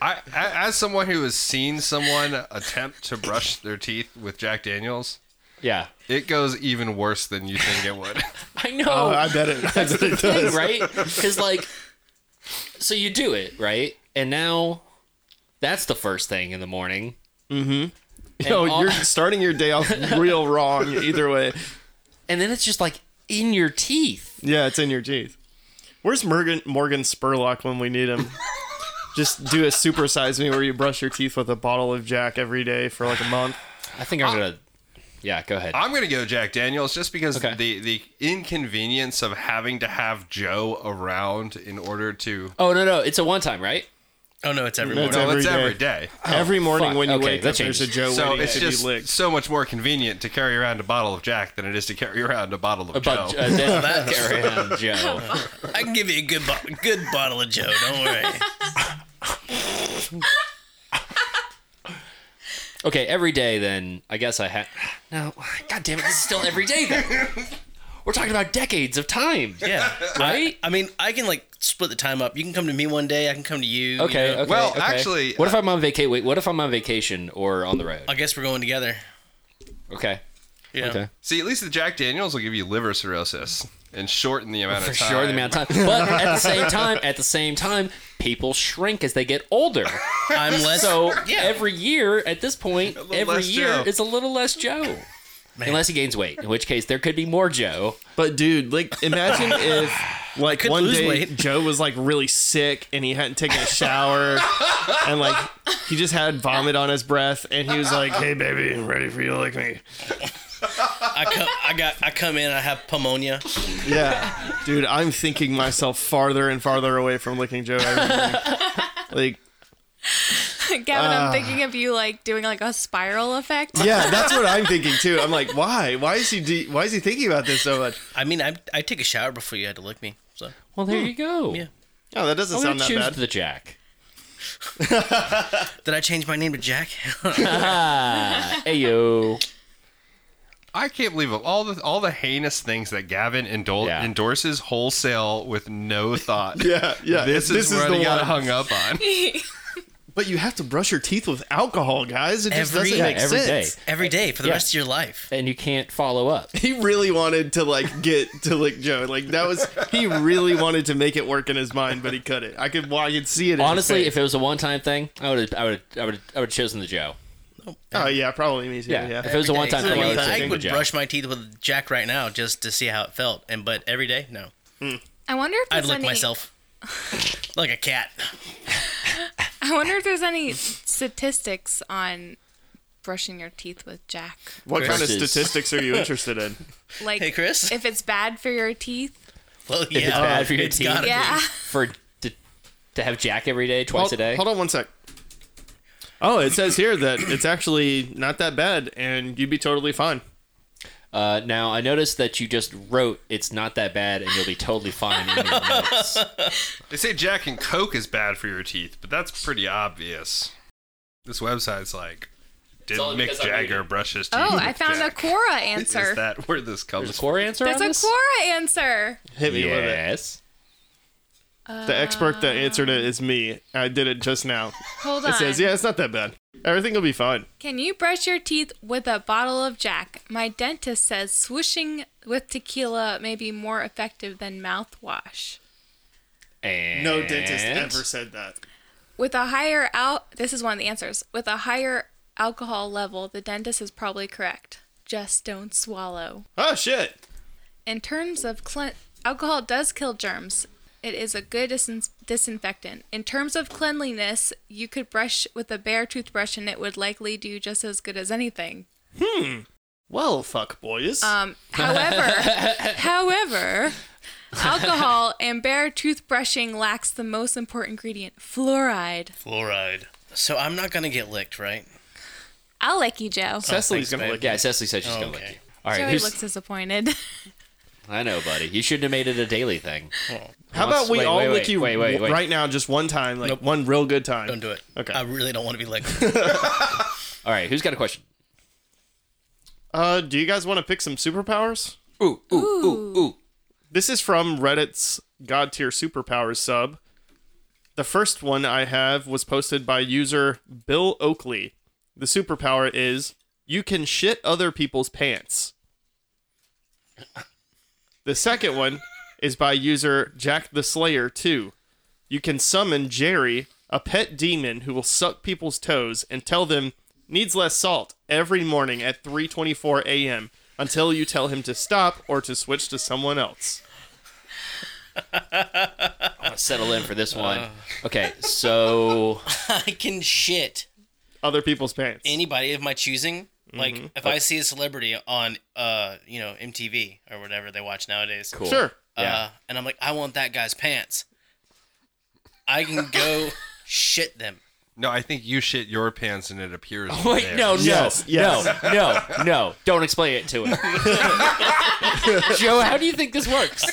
[SPEAKER 3] I a- as someone who has seen someone attempt to brush their teeth with Jack Daniels,
[SPEAKER 1] Yeah.
[SPEAKER 3] it goes even worse than you think it would.
[SPEAKER 1] I know.
[SPEAKER 5] Oh, I bet it. I bet it does.
[SPEAKER 1] right? Because like, so you do it right, and now that's the first thing in the morning.
[SPEAKER 5] No,
[SPEAKER 1] all-
[SPEAKER 5] you're starting your day off real wrong either way.
[SPEAKER 1] and then it's just like in your teeth.
[SPEAKER 5] Yeah, it's in your teeth. Where's Morgan Morgan Spurlock when we need him? Just do a supersize me where you brush your teeth with a bottle of Jack every day for like a month.
[SPEAKER 1] I think I'm gonna. Yeah, go ahead.
[SPEAKER 3] I'm gonna go Jack Daniels just because
[SPEAKER 1] Okay.
[SPEAKER 3] the the inconvenience of having to have Joe around in order to.
[SPEAKER 1] oh no, no, it's a one time, right?
[SPEAKER 6] Oh no, it's every
[SPEAKER 5] No, it's
[SPEAKER 6] morning.
[SPEAKER 3] No,
[SPEAKER 5] every
[SPEAKER 3] it's
[SPEAKER 5] day.
[SPEAKER 3] every day.
[SPEAKER 5] every morning
[SPEAKER 1] fuck.
[SPEAKER 5] when you
[SPEAKER 1] Okay,
[SPEAKER 5] wake
[SPEAKER 1] that
[SPEAKER 5] up, there's a
[SPEAKER 1] changes.
[SPEAKER 5] Joe
[SPEAKER 3] So
[SPEAKER 5] waiting
[SPEAKER 3] it's
[SPEAKER 5] to be
[SPEAKER 3] just
[SPEAKER 5] licked.
[SPEAKER 3] so much more convenient to carry around a bottle of Jack than it is to carry around a bottle of
[SPEAKER 1] About
[SPEAKER 3] Joe.
[SPEAKER 1] uh, that carry on, Joe.
[SPEAKER 6] I can give you a good bo- good bottle of Joe. Don't worry.
[SPEAKER 1] Okay, every day then. I guess I had. No, god damn it, this is still every day then. We're talking about decades of time.
[SPEAKER 6] Yeah.
[SPEAKER 1] Right?
[SPEAKER 6] I mean, I can like split the time up. You can come to me one day. I can come to you. you
[SPEAKER 1] Okay.
[SPEAKER 6] know.
[SPEAKER 1] okay,
[SPEAKER 3] Well,
[SPEAKER 1] okay.
[SPEAKER 3] actually,
[SPEAKER 1] what if I'm on vacation? Wait, what if I'm on vacation or on the road?
[SPEAKER 6] I guess we're going together.
[SPEAKER 1] Okay.
[SPEAKER 6] Yeah.
[SPEAKER 1] Okay.
[SPEAKER 3] See, at least the Jack Daniels will give you liver cirrhosis and shorten the amount
[SPEAKER 1] for
[SPEAKER 3] of time.
[SPEAKER 1] sure the amount of time. But at the same time, at the same time, people shrink as they get older.
[SPEAKER 6] I'm less.
[SPEAKER 1] So
[SPEAKER 6] yeah.
[SPEAKER 1] every year at this point,
[SPEAKER 3] little
[SPEAKER 1] every
[SPEAKER 3] less
[SPEAKER 1] year
[SPEAKER 3] Joe.
[SPEAKER 1] is a little less Joe.
[SPEAKER 6] Man.
[SPEAKER 1] Unless he gains weight, in which case there could be more Joe.
[SPEAKER 5] But dude, like imagine if like
[SPEAKER 6] could
[SPEAKER 5] one
[SPEAKER 6] lose
[SPEAKER 5] day
[SPEAKER 6] weight.
[SPEAKER 5] Joe was like really sick and he hadn't taken a shower and like he just had vomit on his breath and he was like, "Hey baby, I'm ready for you to lick me."
[SPEAKER 6] I come, I got, I come in, I have pneumonia.
[SPEAKER 5] Yeah. Dude, I'm thinking myself farther and farther away from licking Joe every day. like,
[SPEAKER 4] Gavin,
[SPEAKER 3] Ah.
[SPEAKER 4] I'm thinking of you like doing like a spiral effect.
[SPEAKER 5] yeah, that's what I'm thinking too. I'm like, why? Why is he? De- why is he thinking about this so much?
[SPEAKER 6] I mean, I I take a shower before you had to lick me. So
[SPEAKER 1] Well, there you go.
[SPEAKER 6] Yeah.
[SPEAKER 5] Oh, that doesn't
[SPEAKER 1] I'm
[SPEAKER 5] sound
[SPEAKER 1] gonna
[SPEAKER 5] that
[SPEAKER 1] choose
[SPEAKER 5] bad.
[SPEAKER 1] the Jack.
[SPEAKER 6] did I change my name to Jack?
[SPEAKER 1] Ayo.
[SPEAKER 3] I can't believe of all the all the heinous things that Gavin indul-
[SPEAKER 1] Yeah.
[SPEAKER 3] endorses wholesale with no thought.
[SPEAKER 5] Yeah, yeah.
[SPEAKER 3] This,
[SPEAKER 5] This
[SPEAKER 3] is,
[SPEAKER 5] is
[SPEAKER 3] what
[SPEAKER 5] the
[SPEAKER 3] I got
[SPEAKER 5] one.
[SPEAKER 3] hung up on.
[SPEAKER 5] but you have to brush your teeth with alcohol, guys. It just
[SPEAKER 6] Every-
[SPEAKER 5] doesn't
[SPEAKER 6] Yeah,
[SPEAKER 5] make
[SPEAKER 1] every day.
[SPEAKER 5] sense.
[SPEAKER 6] Every day for the
[SPEAKER 1] Yeah.
[SPEAKER 6] rest of your life.
[SPEAKER 1] And you can't follow up.
[SPEAKER 5] He really wanted to like get to lick Joe. Like that was he really wanted to make it work in his mind, but he couldn't. I could, well, I could see it.
[SPEAKER 1] Honestly,
[SPEAKER 5] in his
[SPEAKER 1] if it was a one-time thing, I would, I would, I would, I would chosen the Joe.
[SPEAKER 5] face. oh yeah, probably me too.
[SPEAKER 1] Yeah.
[SPEAKER 5] Yeah,
[SPEAKER 1] If it was a
[SPEAKER 6] Every day.
[SPEAKER 1] one-time
[SPEAKER 6] So
[SPEAKER 1] thing, I
[SPEAKER 5] one-time
[SPEAKER 1] would have
[SPEAKER 5] thing.
[SPEAKER 6] I
[SPEAKER 1] chosen the
[SPEAKER 6] would
[SPEAKER 1] Jack.
[SPEAKER 6] brush my teeth with Jack right now just to see how it felt, and but every day, no,
[SPEAKER 4] I wonder if
[SPEAKER 6] I'd
[SPEAKER 4] there's
[SPEAKER 6] lick
[SPEAKER 4] any,
[SPEAKER 6] myself like a cat.
[SPEAKER 4] I wonder if there's any statistics on brushing your teeth with Jack.
[SPEAKER 5] what kind of
[SPEAKER 1] Versus-
[SPEAKER 5] statistics are you interested in?
[SPEAKER 4] Like,
[SPEAKER 6] Hey, Chris?
[SPEAKER 4] if it's bad for your teeth,
[SPEAKER 6] Well, yeah,
[SPEAKER 1] it's bad for your
[SPEAKER 6] it's
[SPEAKER 1] teeth.
[SPEAKER 6] gotta be.
[SPEAKER 4] yeah.
[SPEAKER 1] for to, to have Jack every day, twice
[SPEAKER 5] hold,
[SPEAKER 1] a day.
[SPEAKER 5] Hold on one sec. Oh, it says here that it's actually not that bad, and you'd be totally fine.
[SPEAKER 1] Uh, now I noticed that you just wrote it's not that bad, and you'll be totally fine. in your notes.
[SPEAKER 3] They say Jack and Coke is bad for your teeth, but that's pretty obvious. This website's like, did
[SPEAKER 1] all
[SPEAKER 3] Mick
[SPEAKER 1] because I
[SPEAKER 3] Jagger
[SPEAKER 1] read it.
[SPEAKER 3] brush his teeth?
[SPEAKER 4] Oh,
[SPEAKER 3] with
[SPEAKER 4] I found
[SPEAKER 3] Jack?
[SPEAKER 4] a Quora
[SPEAKER 3] Is
[SPEAKER 4] answer.
[SPEAKER 3] that where this comes
[SPEAKER 1] There's a core answer.
[SPEAKER 4] There's
[SPEAKER 1] on
[SPEAKER 4] a
[SPEAKER 1] this?
[SPEAKER 4] Quora answer.
[SPEAKER 5] Hit me with it.
[SPEAKER 1] Yes.
[SPEAKER 5] The expert that answered it is me. I did it just now.
[SPEAKER 4] Hold on.
[SPEAKER 5] It says, yeah, it's not that bad. Everything will be fine.
[SPEAKER 4] Can you brush your teeth with a bottle of Jack? My dentist says swishing with tequila may be more effective than mouthwash.
[SPEAKER 1] And
[SPEAKER 5] said that.
[SPEAKER 4] With a higher out, this is one of the answers. With a higher alcohol level, the dentist is probably correct. Just don't swallow.
[SPEAKER 5] Oh, shit.
[SPEAKER 4] In terms of clean, alcohol does kill germs. It is a good dis- disinfectant. In terms of cleanliness, you could brush with a bare toothbrush and it would likely do just as good as anything.
[SPEAKER 5] Well, fuck, boys.
[SPEAKER 1] Uh,
[SPEAKER 4] Um, however, however, alcohol and bare toothbrushing lacks the most important ingredient, fluoride.
[SPEAKER 6] Fluoride. So I'm not gonna get licked, right?
[SPEAKER 4] I'll lick you, Joe.
[SPEAKER 5] Cecily's going to lick
[SPEAKER 1] Yeah, Cecily said she's gonna
[SPEAKER 6] Okay.
[SPEAKER 1] lick you. All right,
[SPEAKER 4] Joey
[SPEAKER 1] who's-
[SPEAKER 4] looks disappointed.
[SPEAKER 1] I know, buddy. You shouldn't have made it a daily thing.
[SPEAKER 5] How about we
[SPEAKER 1] Wait,
[SPEAKER 5] all
[SPEAKER 1] wait,
[SPEAKER 5] lick
[SPEAKER 1] wait,
[SPEAKER 5] you
[SPEAKER 1] wait, wait, wait.
[SPEAKER 5] right now just one time, like one real good time?
[SPEAKER 6] Don't do it.
[SPEAKER 5] Okay.
[SPEAKER 1] Um,
[SPEAKER 6] I really don't want to be licked.
[SPEAKER 1] All right, who's got a question?
[SPEAKER 5] Uh, do you guys want to pick some superpowers?
[SPEAKER 1] Ooh, ooh, ooh, ooh.
[SPEAKER 5] This is from Reddit's God tier superpowers sub. The first one I have was posted by user Bill Oakley. The superpower is you can shit other people's pants. The second one is by user Jack the Slayer 2. You can summon Jerry, a pet demon who will suck people's toes and tell them needs less salt every morning at 3:24 a.m. until you tell him to stop or to switch to someone else.
[SPEAKER 1] Let's settle in for this one. Okay, so
[SPEAKER 6] I can shit
[SPEAKER 5] other people's pants.
[SPEAKER 6] anybody of my choosing.
[SPEAKER 1] Mm-hmm.
[SPEAKER 6] Like if I see a celebrity on, uh, you know, MTV or whatever they watch nowadays.
[SPEAKER 1] cool.
[SPEAKER 5] Sure.
[SPEAKER 1] Yeah.
[SPEAKER 6] Uh, and I'm like, I want that guy's pants. I can go shit them.
[SPEAKER 3] No, I think you shit your pants and it appears.
[SPEAKER 1] Wait,
[SPEAKER 3] there.
[SPEAKER 1] no, no,
[SPEAKER 5] Yes, yes.
[SPEAKER 1] no, no, no. Don't explain it to him. Joe, how do you think this works?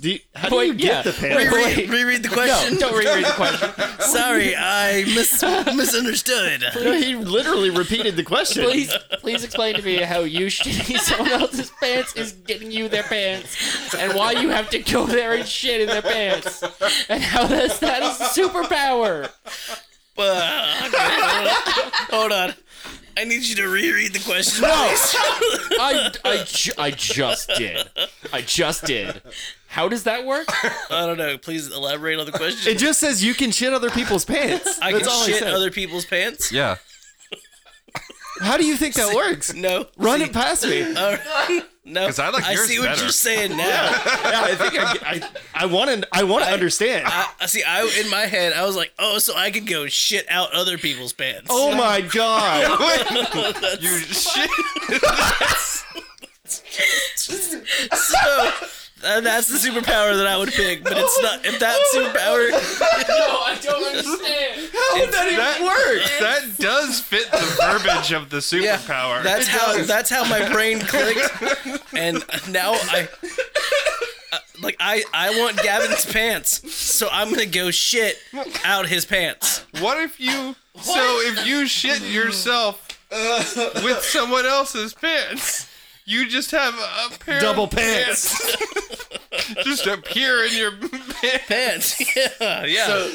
[SPEAKER 5] Do you, how
[SPEAKER 1] Wait,
[SPEAKER 5] do you get
[SPEAKER 1] yeah.
[SPEAKER 5] the pants?
[SPEAKER 1] Wait,
[SPEAKER 6] Reread, reread the
[SPEAKER 1] No,
[SPEAKER 6] question.
[SPEAKER 1] don't reread the question.
[SPEAKER 6] Sorry, I mis- misunderstood.
[SPEAKER 5] he literally repeated the question.
[SPEAKER 1] Please, please explain to me how you shitting someone else's pants is getting you their pants, and why you have to go there and shit in their pants, and how that's that is a superpower.
[SPEAKER 6] Uh, okay, hold on. Hold on. I need you to reread the question. No.
[SPEAKER 1] I, I, ju- I just did. I just did. How does that work?
[SPEAKER 6] I don't know. Please elaborate on the question.
[SPEAKER 5] It just says you can shit other people's pants.
[SPEAKER 6] I
[SPEAKER 5] That's
[SPEAKER 6] can
[SPEAKER 5] all it
[SPEAKER 6] shit
[SPEAKER 5] says.
[SPEAKER 6] other people's pants.
[SPEAKER 3] Yeah.
[SPEAKER 5] How do you think that works?
[SPEAKER 6] No.
[SPEAKER 5] Run it past me. Yeah,
[SPEAKER 1] Uh,
[SPEAKER 6] No.
[SPEAKER 3] 'Cause I like yours
[SPEAKER 6] see what
[SPEAKER 3] better.
[SPEAKER 6] you're saying now.
[SPEAKER 5] I think I, I, I want to. I want to understand.
[SPEAKER 6] I, I see. I in my head, I was like, oh, so I can go shit out other people's pants.
[SPEAKER 5] oh my god!
[SPEAKER 3] You shit.
[SPEAKER 6] so uh, that's the superpower that I would pick, but it's not. If that superpower,
[SPEAKER 1] I don't understand.
[SPEAKER 3] that works. That does fit the verbiage of the
[SPEAKER 6] yeah,
[SPEAKER 3] superpower.
[SPEAKER 6] that's how that's how my brain clicked, and now I. uh, Like I, I want Gavin's pants, so I'm gonna go shit out his pants.
[SPEAKER 3] what if you? So if you shit yourself with someone else's pants, you just have a pair of
[SPEAKER 5] Double pants.
[SPEAKER 3] just appear in your pants.
[SPEAKER 6] Pants, yeah, yeah.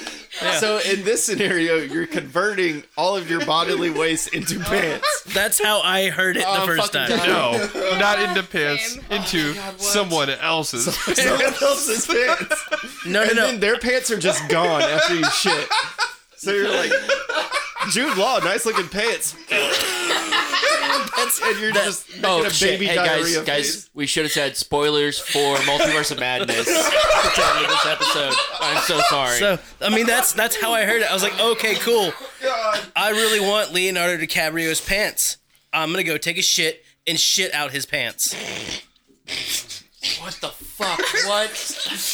[SPEAKER 5] So in this scenario, you're converting all of your bodily waste into pants.
[SPEAKER 6] that's how I heard it the
[SPEAKER 5] Oh,
[SPEAKER 6] first
[SPEAKER 5] fucking
[SPEAKER 6] time.
[SPEAKER 5] God.
[SPEAKER 3] No, not into pants.
[SPEAKER 4] Same. Oh
[SPEAKER 3] Into someone else's.
[SPEAKER 5] Someone else's pants.
[SPEAKER 6] No, no,
[SPEAKER 5] And
[SPEAKER 6] no.
[SPEAKER 5] then their pants are just gone after you shit. So you're like, Jude Law, nice looking pants. and you're just making
[SPEAKER 1] Oh
[SPEAKER 5] a
[SPEAKER 1] shit!
[SPEAKER 5] baby
[SPEAKER 1] Hey guys,
[SPEAKER 5] diarrhea.
[SPEAKER 1] guys, we should have said spoilers for Multiverse of Madness at the end of this episode. I'm so sorry.
[SPEAKER 6] So I mean, that's that's how I heard it. I was like, okay, cool. I really want Leonardo DiCaprio's pants. I'm gonna go take a shit and shit out his pants.
[SPEAKER 1] what the fuck? What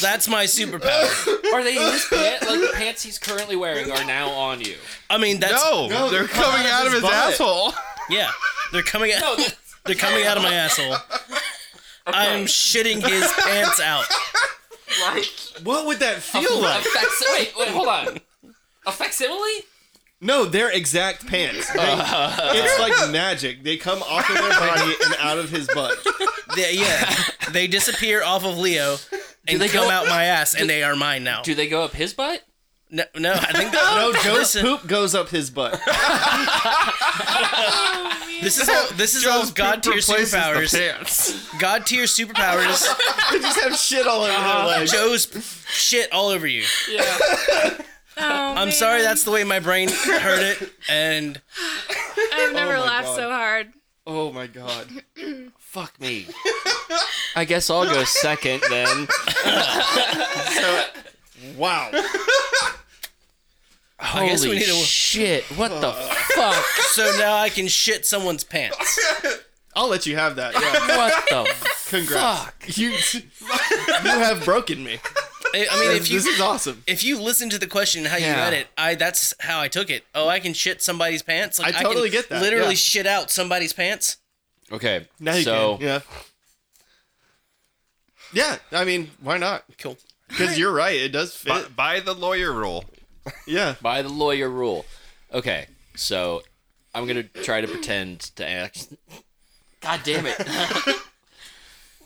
[SPEAKER 6] That's my superpower.
[SPEAKER 1] are they? In his pants? Like the pants he's currently wearing are now on you.
[SPEAKER 6] I mean, that's
[SPEAKER 3] No, they're coming out of his,
[SPEAKER 5] butt.
[SPEAKER 3] asshole.
[SPEAKER 6] yeah. They're coming out. They're coming out of my asshole. I'm shitting his pants out.
[SPEAKER 1] Like
[SPEAKER 5] what would that feel
[SPEAKER 1] a
[SPEAKER 5] like?
[SPEAKER 1] facsimile. Wait, wait, hold on. A facsimile?
[SPEAKER 5] No, they're exact pants. They- it's like magic. They come off of their body and out of his butt.
[SPEAKER 6] They, yeah, they disappear off of Leo and
[SPEAKER 1] they
[SPEAKER 6] they come
[SPEAKER 1] go-
[SPEAKER 6] out my ass, and they are mine now.
[SPEAKER 1] Do they go up his butt?
[SPEAKER 6] No, no, I think
[SPEAKER 5] No, Joe's
[SPEAKER 6] Listen.
[SPEAKER 5] poop goes up his butt.
[SPEAKER 6] this is how this is all
[SPEAKER 3] Joe's
[SPEAKER 6] god tier
[SPEAKER 3] poop replaces the
[SPEAKER 6] superpowers.
[SPEAKER 3] Pants.
[SPEAKER 6] God tier superpowers.
[SPEAKER 5] They just have shit all over
[SPEAKER 6] Uh-huh.
[SPEAKER 5] their legs.
[SPEAKER 6] Joe's shit all over you.
[SPEAKER 1] Yeah.
[SPEAKER 4] Oh,
[SPEAKER 6] I'm sorry, that's the way my brain heard it. And
[SPEAKER 1] Oh
[SPEAKER 4] I've never
[SPEAKER 5] my
[SPEAKER 4] laughed
[SPEAKER 5] God.
[SPEAKER 4] so hard.
[SPEAKER 5] Oh my god.
[SPEAKER 1] Fuck me. I guess I'll go second then.
[SPEAKER 5] Wow.
[SPEAKER 1] Holy
[SPEAKER 6] guess we need to-
[SPEAKER 1] shit! What the fuck?
[SPEAKER 6] so now I can shit someone's pants.
[SPEAKER 5] I'll let you have that. Yeah.
[SPEAKER 1] What the
[SPEAKER 5] Congrats.
[SPEAKER 1] fuck?
[SPEAKER 5] You you have broken me.
[SPEAKER 6] I I mean, if you
[SPEAKER 5] this is awesome.
[SPEAKER 6] if you listen to the question and how you
[SPEAKER 1] Yeah.
[SPEAKER 6] read it, I that's how I took it. Oh, I can shit somebody's pants. Like,
[SPEAKER 5] I
[SPEAKER 6] can
[SPEAKER 5] totally get that,
[SPEAKER 6] Literally
[SPEAKER 5] yeah.
[SPEAKER 6] shit out somebody's pants.
[SPEAKER 1] Okay.
[SPEAKER 5] Now you
[SPEAKER 1] so
[SPEAKER 5] can. Yeah. Yeah, I mean, why not?
[SPEAKER 6] Cool.
[SPEAKER 5] Because you're right, it does
[SPEAKER 3] By,
[SPEAKER 5] fit.
[SPEAKER 3] by the lawyer rule.
[SPEAKER 5] Yeah.
[SPEAKER 1] by the lawyer rule. Okay. So I'm gonna try to pretend to act. God damn it.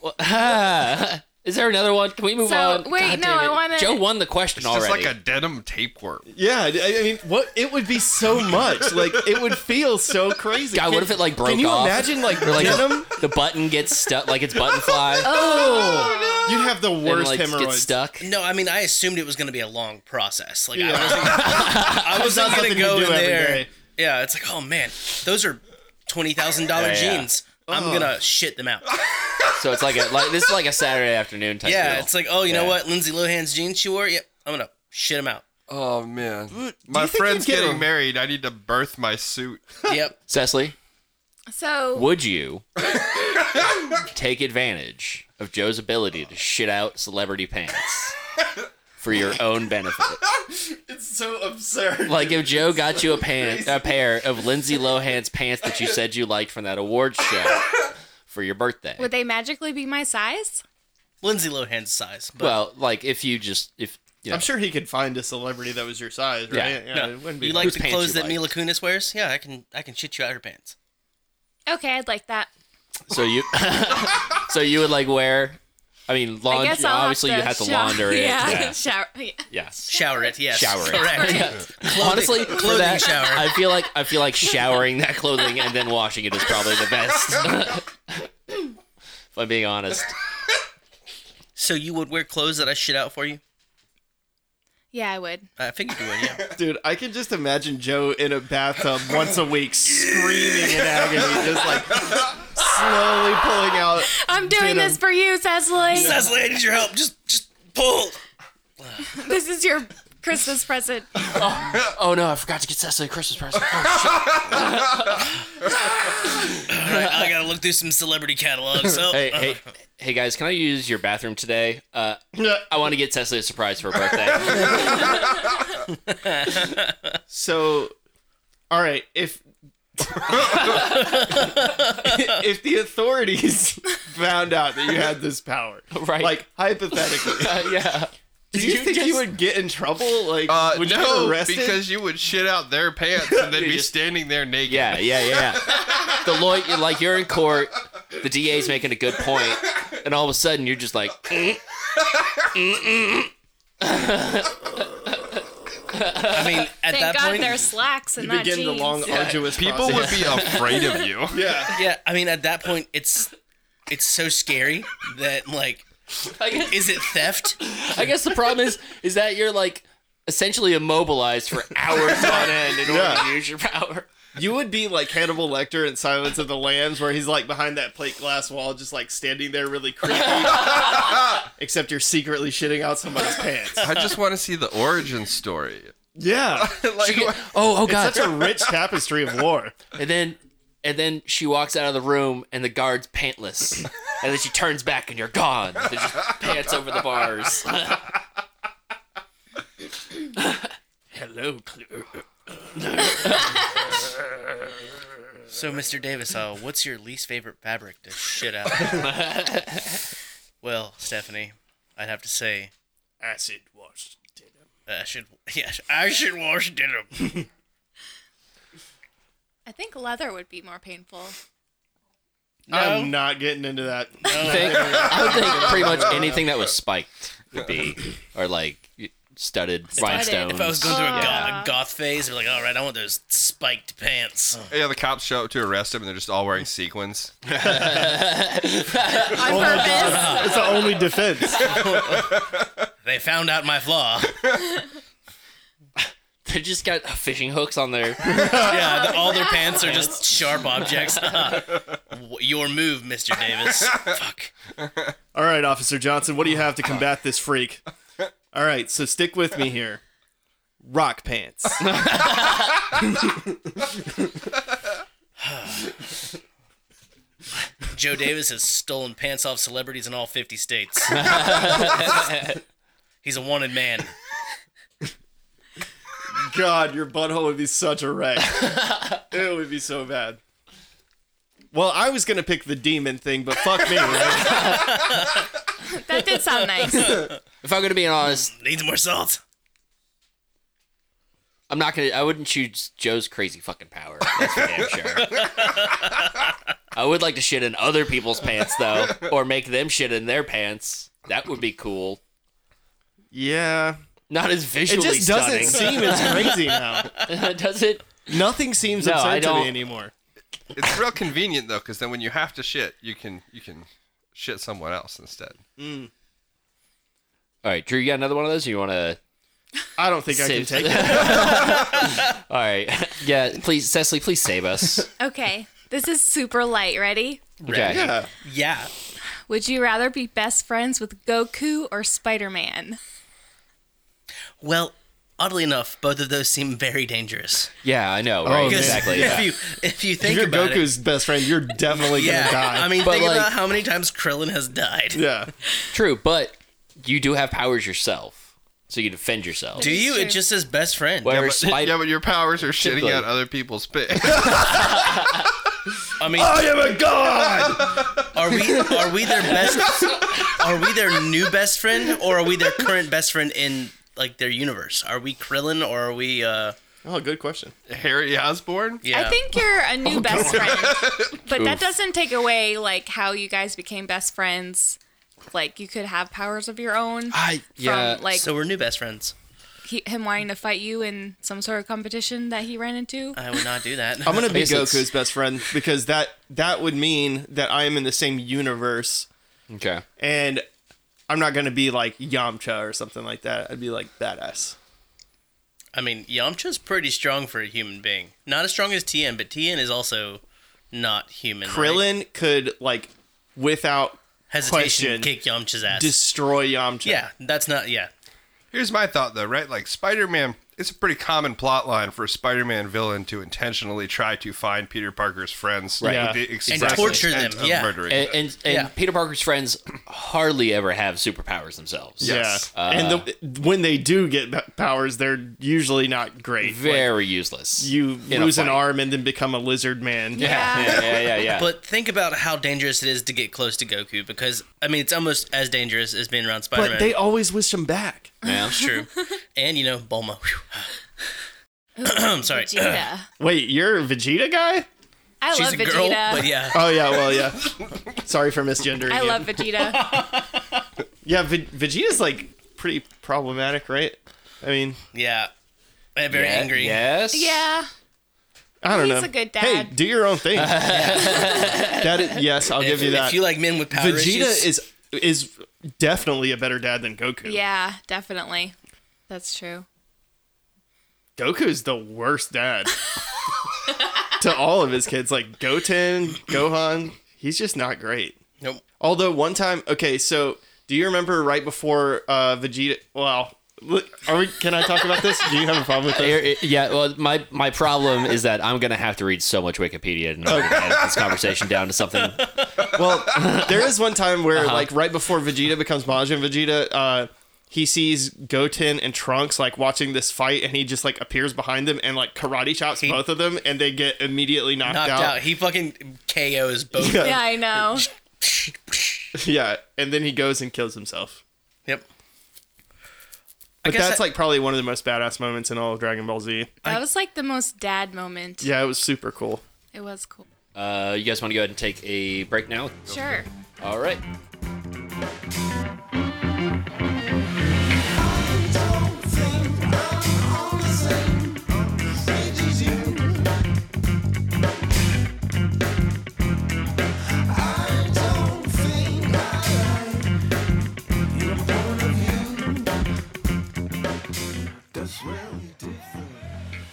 [SPEAKER 1] Well, ah. Is there another one? Can we move
[SPEAKER 4] So,
[SPEAKER 1] on?
[SPEAKER 4] wait,
[SPEAKER 1] God
[SPEAKER 4] no,
[SPEAKER 1] damn
[SPEAKER 4] I
[SPEAKER 1] it.
[SPEAKER 4] wanna-
[SPEAKER 1] Joe won the question
[SPEAKER 3] Just
[SPEAKER 1] already.
[SPEAKER 3] like a denim tapeworm.
[SPEAKER 5] Yeah, I I mean, what it would be so much. Like it would feel so crazy.
[SPEAKER 1] God, what
[SPEAKER 5] Can-
[SPEAKER 1] if it, like, broke
[SPEAKER 5] Can you
[SPEAKER 1] off?
[SPEAKER 5] imagine like,
[SPEAKER 1] Or like
[SPEAKER 5] denim?
[SPEAKER 1] a- the button gets stuck, like it's button fly,
[SPEAKER 4] Oh.
[SPEAKER 5] You'd have the
[SPEAKER 1] and
[SPEAKER 5] worst
[SPEAKER 1] like gets
[SPEAKER 5] hemorrhoids.
[SPEAKER 1] stuck.
[SPEAKER 6] No, I mean, I assumed it was going to be a long process. Like
[SPEAKER 5] Yeah.
[SPEAKER 6] I wasn't, I wasn't
[SPEAKER 5] not
[SPEAKER 6] going to
[SPEAKER 5] something you
[SPEAKER 6] go
[SPEAKER 5] do
[SPEAKER 6] in
[SPEAKER 5] every
[SPEAKER 6] there.
[SPEAKER 5] day.
[SPEAKER 6] Yeah, it's like, oh man, those are twenty thousand dollar
[SPEAKER 1] Yeah, yeah.
[SPEAKER 6] jeans. I'm gonna shit them out.
[SPEAKER 1] So it's like a like this is like a Saturday afternoon type.
[SPEAKER 6] Yeah,
[SPEAKER 1] deal.
[SPEAKER 6] it's like, oh, you know
[SPEAKER 1] Yeah.
[SPEAKER 6] what? Lindsay Lohan's jeans she wore. Yep, I'm gonna shit them out.
[SPEAKER 3] Oh man, my
[SPEAKER 5] think you'd
[SPEAKER 3] friend's
[SPEAKER 5] get
[SPEAKER 3] getting
[SPEAKER 5] him?
[SPEAKER 3] married. I need to birth my suit.
[SPEAKER 6] Yep.
[SPEAKER 1] Cecily.
[SPEAKER 4] So
[SPEAKER 1] Would you take advantage of Joe's ability to shit out celebrity pants for your own benefit?
[SPEAKER 5] It's so absurd.
[SPEAKER 1] Like if Joe got you a pant, a pair of Lindsay Lohan's pants that you said you liked from that award show for your birthday.
[SPEAKER 4] would they magically be my size?
[SPEAKER 6] Lindsay Lohan's size. But
[SPEAKER 1] well, like if you just if you know,
[SPEAKER 5] I'm sure he could find a celebrity that was your size, right?
[SPEAKER 1] Yeah.
[SPEAKER 6] No.
[SPEAKER 5] it wouldn't be
[SPEAKER 6] you like
[SPEAKER 1] Whose
[SPEAKER 6] the
[SPEAKER 1] pants
[SPEAKER 6] clothes
[SPEAKER 1] you
[SPEAKER 6] that
[SPEAKER 1] like?
[SPEAKER 6] Mila Kunis wears? Yeah, I can I can shit you out her pants.
[SPEAKER 4] Okay, I'd like that.
[SPEAKER 1] so you so you would like wear. I mean,
[SPEAKER 4] I
[SPEAKER 1] laundry.
[SPEAKER 4] guess I'll
[SPEAKER 1] obviously,
[SPEAKER 4] have
[SPEAKER 1] you
[SPEAKER 4] to
[SPEAKER 1] have to
[SPEAKER 4] shower-
[SPEAKER 1] launder it.
[SPEAKER 4] Yeah,
[SPEAKER 1] Yeah.
[SPEAKER 4] shower. yeah.
[SPEAKER 1] Yes.
[SPEAKER 6] Shower it, yes.
[SPEAKER 1] Shower it.
[SPEAKER 6] Correct.
[SPEAKER 1] Honestly, for
[SPEAKER 6] clothing
[SPEAKER 1] that,
[SPEAKER 6] shower.
[SPEAKER 1] I feel like I feel like showering that clothing and then washing it is probably the best. if I'm being honest,
[SPEAKER 6] So you would wear clothes that I shit out for you?
[SPEAKER 4] Yeah, I would.
[SPEAKER 6] I figured you would, yeah.
[SPEAKER 5] Dude, I can just imagine Joe in a bathtub once a week screaming in agony, just like slowly pulling out.
[SPEAKER 4] I'm doing
[SPEAKER 5] Potato.
[SPEAKER 4] this for you, Cecily.
[SPEAKER 6] Cecily, I need your help. Just just pull.
[SPEAKER 4] This is your Christmas present.
[SPEAKER 1] Oh no, I forgot to get Cecily a Christmas present.
[SPEAKER 6] Alright, I gotta look through some celebrity catalogs. So
[SPEAKER 1] hey, hey, hey guys, can I use your bathroom today? Uh,
[SPEAKER 5] Yeah.
[SPEAKER 1] I want to get Cecily a surprise for her birthday.
[SPEAKER 5] So, all right, if if the authorities found out that you had this power,
[SPEAKER 1] Right.
[SPEAKER 5] like hypothetically,
[SPEAKER 1] Uh, yeah.
[SPEAKER 5] do you, think you would get in trouble? Like,
[SPEAKER 3] Uh,
[SPEAKER 5] would you
[SPEAKER 3] no,
[SPEAKER 5] get arrested?
[SPEAKER 3] because you would shit out their pants and they'd
[SPEAKER 1] You
[SPEAKER 3] be
[SPEAKER 1] just-
[SPEAKER 3] standing there naked.
[SPEAKER 1] Yeah, yeah, yeah. the lawyer, you're like you're in court. The DA's making a good point, and all of a sudden you're just like, "Mm,
[SPEAKER 6] I mean, at
[SPEAKER 4] Thank
[SPEAKER 6] that
[SPEAKER 4] God
[SPEAKER 6] point,
[SPEAKER 4] they're slacks and
[SPEAKER 5] you
[SPEAKER 4] not
[SPEAKER 5] begin
[SPEAKER 4] jeans.
[SPEAKER 5] the long, arduous
[SPEAKER 3] People would
[SPEAKER 5] process.
[SPEAKER 3] be afraid of you.
[SPEAKER 5] yeah.
[SPEAKER 6] yeah, I mean, at that point, it's it's so scary that like,
[SPEAKER 1] I guess,
[SPEAKER 6] is it theft?
[SPEAKER 1] I guess the problem is is that you're like essentially immobilized for hours on end in order to
[SPEAKER 5] Yeah.
[SPEAKER 1] use your power.
[SPEAKER 5] You would be like Hannibal Lecter in Silence of the Lambs, where he's like behind that plate glass wall, just like standing there, really creepy. Except you're secretly shitting out somebody's pants.
[SPEAKER 3] I just want to see the origin story.
[SPEAKER 5] Yeah,
[SPEAKER 3] Like,
[SPEAKER 1] Oh, oh
[SPEAKER 5] it's such a rich tapestry of war.
[SPEAKER 1] And then and then she walks out of the room, and the guard's pantless. And then she turns back, and you're gone. They just pants over the bars. Hello, Clue.
[SPEAKER 6] So, Mr. Davis, uh, what's your least favorite fabric to shit out? well, Stephanie, I'd have to say
[SPEAKER 5] Acid wash.
[SPEAKER 6] I should. Yeah, I should wash denim.
[SPEAKER 4] I think leather would be more painful.
[SPEAKER 5] I'm not getting into that.
[SPEAKER 1] think- I would think pretty much anything that was spiked would be, or like studded rhinestones.
[SPEAKER 6] If I was going through a,
[SPEAKER 4] Yeah.
[SPEAKER 6] goth, a goth phase, I'd be like, all right, I want those spiked pants.
[SPEAKER 3] yeah, the cops show up to arrest him and they're just all wearing sequins.
[SPEAKER 4] On purpose.
[SPEAKER 5] It's the only defense.
[SPEAKER 6] They found out my flaw.
[SPEAKER 1] they just got fishing hooks on their.
[SPEAKER 6] yeah, the, all their pants are just sharp objects. W- Your move, Mr. Davis. Fuck.
[SPEAKER 5] All right, Officer Johnson, what do you have to combat this freak? All right, so stick with me here. Rock pants.
[SPEAKER 6] Joe Davis has stolen pants off celebrities in all 50 states. He's a wanted man.
[SPEAKER 5] God, your butthole would be such a wreck. it would be so bad. Well, I was gonna pick the demon thing, but fuck me. Right?
[SPEAKER 4] that did sound nice.
[SPEAKER 1] If I'm gonna be honest,
[SPEAKER 6] Needs more salt.
[SPEAKER 1] I'm not gonna. I wouldn't choose Joe's crazy fucking power. That's for damn sure. I would like to shit in other people's pants though, or make them shit in their pants. That would be cool.
[SPEAKER 5] Yeah,
[SPEAKER 1] Not as
[SPEAKER 5] it
[SPEAKER 1] visually
[SPEAKER 5] just doesn't
[SPEAKER 1] stunning.
[SPEAKER 5] seem as crazy now.
[SPEAKER 1] Does it?
[SPEAKER 5] Nothing seems
[SPEAKER 1] No,
[SPEAKER 5] absurd
[SPEAKER 1] I
[SPEAKER 5] to
[SPEAKER 1] don't-
[SPEAKER 5] me anymore.
[SPEAKER 3] It's real convenient though, because then when you have to shit, you can you can shit someone else instead.
[SPEAKER 1] All right, Drew, you got another one of those? Or you want to?
[SPEAKER 5] I don't think I can
[SPEAKER 1] Save-
[SPEAKER 5] take it.
[SPEAKER 1] All right, yeah. Please, Cecily, please save us.
[SPEAKER 4] Okay, this is super light. Ready?
[SPEAKER 1] Okay.
[SPEAKER 5] Yeah.
[SPEAKER 6] Yeah.
[SPEAKER 4] Would you rather be best friends with Goku or Spider Man?
[SPEAKER 6] Well, oddly enough, both of those seem very dangerous.
[SPEAKER 1] Yeah, I know, right?
[SPEAKER 5] Oh, man.
[SPEAKER 6] Because
[SPEAKER 1] exactly.
[SPEAKER 6] If
[SPEAKER 1] Yeah.
[SPEAKER 6] you if you
[SPEAKER 5] If
[SPEAKER 6] think
[SPEAKER 5] you're
[SPEAKER 6] about it,
[SPEAKER 5] Goku's best friend, you're definitely
[SPEAKER 6] yeah.
[SPEAKER 5] gonna die.
[SPEAKER 6] I mean,
[SPEAKER 1] But,
[SPEAKER 6] think
[SPEAKER 1] like-
[SPEAKER 6] about how many times Krillin has died.
[SPEAKER 5] yeah.
[SPEAKER 1] True, but you do have powers yourself, so you defend yourself.
[SPEAKER 6] Do you?
[SPEAKER 4] It's
[SPEAKER 6] It
[SPEAKER 4] true.
[SPEAKER 6] just says best friend.
[SPEAKER 1] Whereas Spider-
[SPEAKER 3] yeah, but your powers are shitting
[SPEAKER 1] Typically.
[SPEAKER 3] out other people's pits.
[SPEAKER 6] I mean,
[SPEAKER 5] I am a god.
[SPEAKER 6] are we are we their best? Are we their new best friend, or are we their current best friend in like their universe? Are we Krillin, or are we? uh
[SPEAKER 5] Oh, good question.
[SPEAKER 3] Harry Osborn.
[SPEAKER 6] Yeah.
[SPEAKER 4] I think you're a new best friend, but that doesn't take away like how you guys became best friends. Like you could have powers of your own.
[SPEAKER 1] I Ah, yeah.
[SPEAKER 4] from, like
[SPEAKER 6] so. We're new best friends.
[SPEAKER 4] he, him wanting to fight you in some sort of competition that he ran into.
[SPEAKER 6] I would not do that.
[SPEAKER 5] I'm gonna be
[SPEAKER 1] guess it's-
[SPEAKER 5] Goku's best friend because that that would mean that I am in the same universe,
[SPEAKER 1] okay.
[SPEAKER 5] and I'm not gonna be like Yamcha or something like that. I'd be like badass.
[SPEAKER 6] I mean, Yamcha's pretty strong for a human being. Not as strong as Tien, but Tien is also not human. right?
[SPEAKER 5] Krillin could like, without
[SPEAKER 6] hesitation
[SPEAKER 5] question,
[SPEAKER 6] kick Yamcha's ass.
[SPEAKER 5] destroy Yamcha.
[SPEAKER 6] yeah, that's not. Yeah,
[SPEAKER 3] Here's my thought though, right? Like Spider-Man, it's a pretty common plot line for a Spider-Man villain to intentionally try to find Peter Parker's friends
[SPEAKER 5] Right.
[SPEAKER 3] with the express
[SPEAKER 6] And torture
[SPEAKER 3] intent
[SPEAKER 6] them,
[SPEAKER 3] of
[SPEAKER 6] yeah.
[SPEAKER 3] murdering
[SPEAKER 1] And
[SPEAKER 3] them.
[SPEAKER 1] and, and
[SPEAKER 6] Yeah.
[SPEAKER 1] Peter Parker's friends hardly ever have superpowers themselves.
[SPEAKER 3] Yes.
[SPEAKER 5] Yeah. and the, when they do get ba- powers, they're usually not great. Like,
[SPEAKER 1] Very useless.
[SPEAKER 5] you
[SPEAKER 1] in a
[SPEAKER 5] lose an
[SPEAKER 1] fight.
[SPEAKER 5] arm and then become a lizard man.
[SPEAKER 1] Yeah, yeah, yeah, yeah. yeah.
[SPEAKER 6] But think about how dangerous it is to get close to Goku because I mean it's almost as dangerous as being around Spider Man.
[SPEAKER 5] But they always wish him back.
[SPEAKER 1] Yeah.
[SPEAKER 6] It's true. and you know Bulma. Whew.
[SPEAKER 4] I'm
[SPEAKER 6] sorry.
[SPEAKER 4] Vegeta.
[SPEAKER 5] Wait, you're a Vegeta guy?
[SPEAKER 4] I
[SPEAKER 6] She's
[SPEAKER 4] love
[SPEAKER 6] a
[SPEAKER 4] Vegeta.
[SPEAKER 6] girl, but yeah.
[SPEAKER 5] Oh yeah, well yeah. Sorry for misgendering.
[SPEAKER 4] I
[SPEAKER 5] you.
[SPEAKER 4] love Vegeta.
[SPEAKER 5] Yeah, Ve- Vegeta's like pretty problematic, right? I mean,
[SPEAKER 6] Yeah. Eh, Very
[SPEAKER 1] Yeah,
[SPEAKER 6] angry.
[SPEAKER 1] Yes.
[SPEAKER 4] yeah.
[SPEAKER 5] I don't
[SPEAKER 4] He's
[SPEAKER 5] know.
[SPEAKER 4] a good
[SPEAKER 5] Hey,
[SPEAKER 4] dad.
[SPEAKER 5] do your own thing. that is, yes, I'll
[SPEAKER 6] If,
[SPEAKER 5] give you that.
[SPEAKER 6] if you like men with power
[SPEAKER 5] Vegeta
[SPEAKER 6] issues,
[SPEAKER 5] is is definitely a better dad than Goku.
[SPEAKER 4] Yeah, definitely. That's true.
[SPEAKER 5] Goku's the worst dad to all of his kids. Like Goten, Gohan, he's just not great.
[SPEAKER 6] nope.
[SPEAKER 5] Although one time, okay, so do you remember right before uh, Vegeta? Well, look, are we? Can I talk about this? Do you have a problem with this?
[SPEAKER 1] Here- Yeah, well, my, my problem is that I'm going to have to read so much Wikipedia in order to edit this conversation down to something.
[SPEAKER 5] Well, there is one time where,
[SPEAKER 1] Uh-huh.
[SPEAKER 5] like, right before Vegeta becomes Majin Vegeta, uh, he sees Goten and Trunks like watching this fight, and he just like appears behind them and like karate chops both of them, and they get immediately knocked,
[SPEAKER 6] Knocked out. He fucking KOs both.
[SPEAKER 5] Yeah.
[SPEAKER 4] Yeah, I know.
[SPEAKER 5] Yeah, and then he goes and kills himself.
[SPEAKER 6] Yep.
[SPEAKER 5] But
[SPEAKER 6] guess
[SPEAKER 5] that's
[SPEAKER 6] I-
[SPEAKER 5] like probably one of the most badass moments in all of Dragon Ball Z.
[SPEAKER 4] That was like the most dad moment.
[SPEAKER 5] Yeah, it was super cool.
[SPEAKER 4] It was cool.
[SPEAKER 1] Uh, you guys want to go ahead and take a break now?
[SPEAKER 4] Sure.
[SPEAKER 1] All right.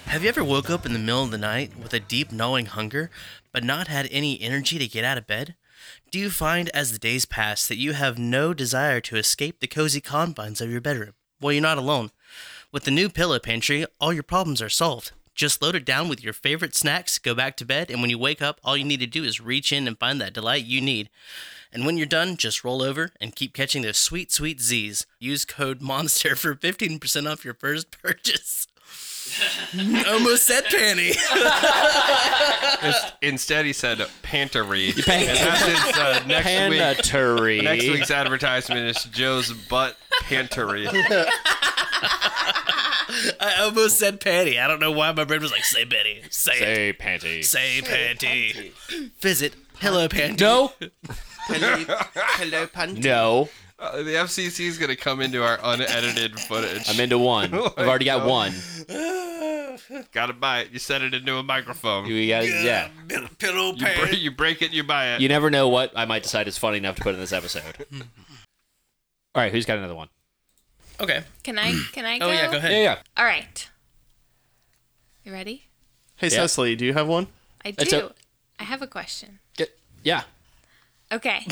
[SPEAKER 6] Have you ever woke up in the middle of the night with a deep gnawing hunger, but not had any energy to get out of bed? Do you find as the days pass that you have no desire to escape the cozy confines of your bedroom? Well, you're not alone. With the new Pillow Pantry, all your problems are solved. Just load it down with your favorite snacks, go back to bed, and when you wake up, all you need to do is reach in and find that delight you need. And when you're done, just roll over and keep catching those sweet, sweet Z's. Use code MONSTER for 15% off your first purchase. Almost said panty.
[SPEAKER 3] Instead, he said "pantery." And that's his, uh, next week. Next week's advertisement is Joe's butt pantery.
[SPEAKER 6] I almost said panty. I don't know why my brain was like, say panty. Say,
[SPEAKER 1] Say
[SPEAKER 6] it.
[SPEAKER 1] panty.
[SPEAKER 6] Say panty. Visit Hello Panty.
[SPEAKER 1] No.
[SPEAKER 5] Hello, Pun.
[SPEAKER 1] No.
[SPEAKER 3] Uh, the FCC is gonna come into our unedited footage.
[SPEAKER 1] I'm into one. I've already
[SPEAKER 3] Oh
[SPEAKER 1] got one.
[SPEAKER 3] gotta buy it. You set it into a microphone. You,
[SPEAKER 1] You got yeah.
[SPEAKER 6] Pillow
[SPEAKER 3] br-
[SPEAKER 6] Panty.
[SPEAKER 3] you break it, you buy it.
[SPEAKER 1] You never know what I might decide is funny enough to put in this episode. All right, who's got another one?
[SPEAKER 6] Okay.
[SPEAKER 4] Can I can I go?
[SPEAKER 6] Oh, yeah, go ahead.
[SPEAKER 1] yeah.
[SPEAKER 4] All right. You ready?
[SPEAKER 5] Hey,
[SPEAKER 1] Yeah.
[SPEAKER 5] Cecily, do you have one?
[SPEAKER 4] I
[SPEAKER 1] That's
[SPEAKER 4] do.
[SPEAKER 1] it.
[SPEAKER 4] I have a question.
[SPEAKER 1] Get- yeah.
[SPEAKER 4] Okay.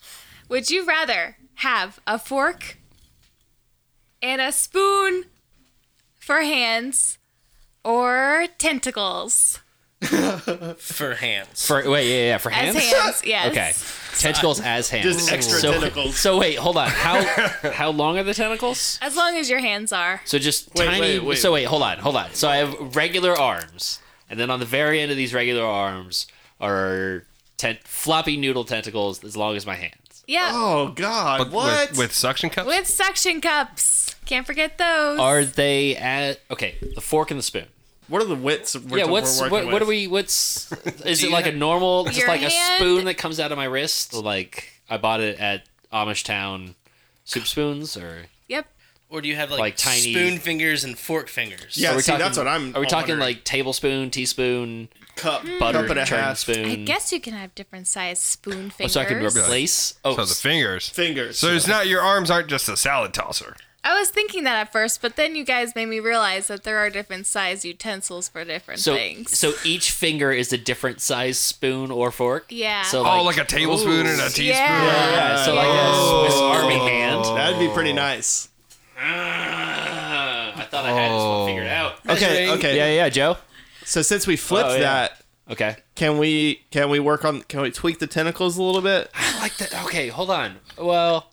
[SPEAKER 4] Would you rather have a fork and a spoon for hands or tentacles
[SPEAKER 6] For hands.
[SPEAKER 1] For wait, yeah, yeah, for
[SPEAKER 4] as
[SPEAKER 1] hands.
[SPEAKER 4] hands? Yes.
[SPEAKER 1] Okay. Tentacles as hands.
[SPEAKER 5] Just extra
[SPEAKER 1] so,
[SPEAKER 5] tentacles.
[SPEAKER 1] So wait, hold on. How how long are the tentacles?
[SPEAKER 4] As long as your hands are.
[SPEAKER 1] So just
[SPEAKER 5] Wait,
[SPEAKER 1] tiny.
[SPEAKER 5] wait, wait.
[SPEAKER 1] So wait, hold on, hold on. So I have regular arms, and then on the very end of these regular arms are ten- floppy noodle tentacles as long as my hands.
[SPEAKER 4] Yeah.
[SPEAKER 5] Oh God,
[SPEAKER 3] But
[SPEAKER 5] what?
[SPEAKER 3] With, with suction cups?
[SPEAKER 4] With suction cups. Can't forget those.
[SPEAKER 1] Are they at okay? The fork and the spoon.
[SPEAKER 5] what are the wits? We're,
[SPEAKER 1] yeah. What's
[SPEAKER 5] we're
[SPEAKER 1] what?
[SPEAKER 5] working
[SPEAKER 1] What are
[SPEAKER 5] with?
[SPEAKER 1] we? What's is it like a normal? Just
[SPEAKER 4] Your
[SPEAKER 1] like a
[SPEAKER 4] hand-
[SPEAKER 1] spoon that comes out of my wrist. Like I bought it at Amish Town soup spoons or
[SPEAKER 4] yep.
[SPEAKER 6] Or do you have like,
[SPEAKER 1] Like tiny-
[SPEAKER 6] spoon fingers and fork fingers?
[SPEAKER 5] Yeah, see, that's what I'm.
[SPEAKER 1] Are we
[SPEAKER 5] I'm
[SPEAKER 1] talking
[SPEAKER 5] wondering.
[SPEAKER 1] like tablespoon, teaspoon,
[SPEAKER 5] cup,
[SPEAKER 1] butter,
[SPEAKER 5] cup and a
[SPEAKER 1] churn
[SPEAKER 5] half
[SPEAKER 1] spoon?
[SPEAKER 4] I guess you can have different sized spoon
[SPEAKER 1] Oh,
[SPEAKER 4] fingers.
[SPEAKER 1] so I can replace. Oh,
[SPEAKER 3] so the fingers.
[SPEAKER 5] fingers?
[SPEAKER 3] So it's not your arms aren't just a salad tosser.
[SPEAKER 4] I was thinking that at first, but then you guys made me realize that there are different size utensils for different
[SPEAKER 1] so,
[SPEAKER 4] things.
[SPEAKER 1] so each finger is a different size spoon or fork.
[SPEAKER 4] Yeah.
[SPEAKER 1] So
[SPEAKER 3] Oh,
[SPEAKER 1] like, uh,
[SPEAKER 3] like a tablespoon and a teaspoon.
[SPEAKER 4] yeah.
[SPEAKER 5] Oh.
[SPEAKER 3] Oh.
[SPEAKER 1] yeah, so like a Swiss Army hand.
[SPEAKER 5] That'd be pretty nice.
[SPEAKER 1] thought I had this one figured out.
[SPEAKER 5] Okay,
[SPEAKER 6] Measuring.
[SPEAKER 5] okay.
[SPEAKER 1] Yeah, yeah, Joe.
[SPEAKER 5] So since we flipped
[SPEAKER 1] Oh, yeah.
[SPEAKER 5] that,
[SPEAKER 1] Okay.
[SPEAKER 5] can we can we work on can we tweak the tentacles a little bit?
[SPEAKER 1] I like that. Okay, hold on. Well,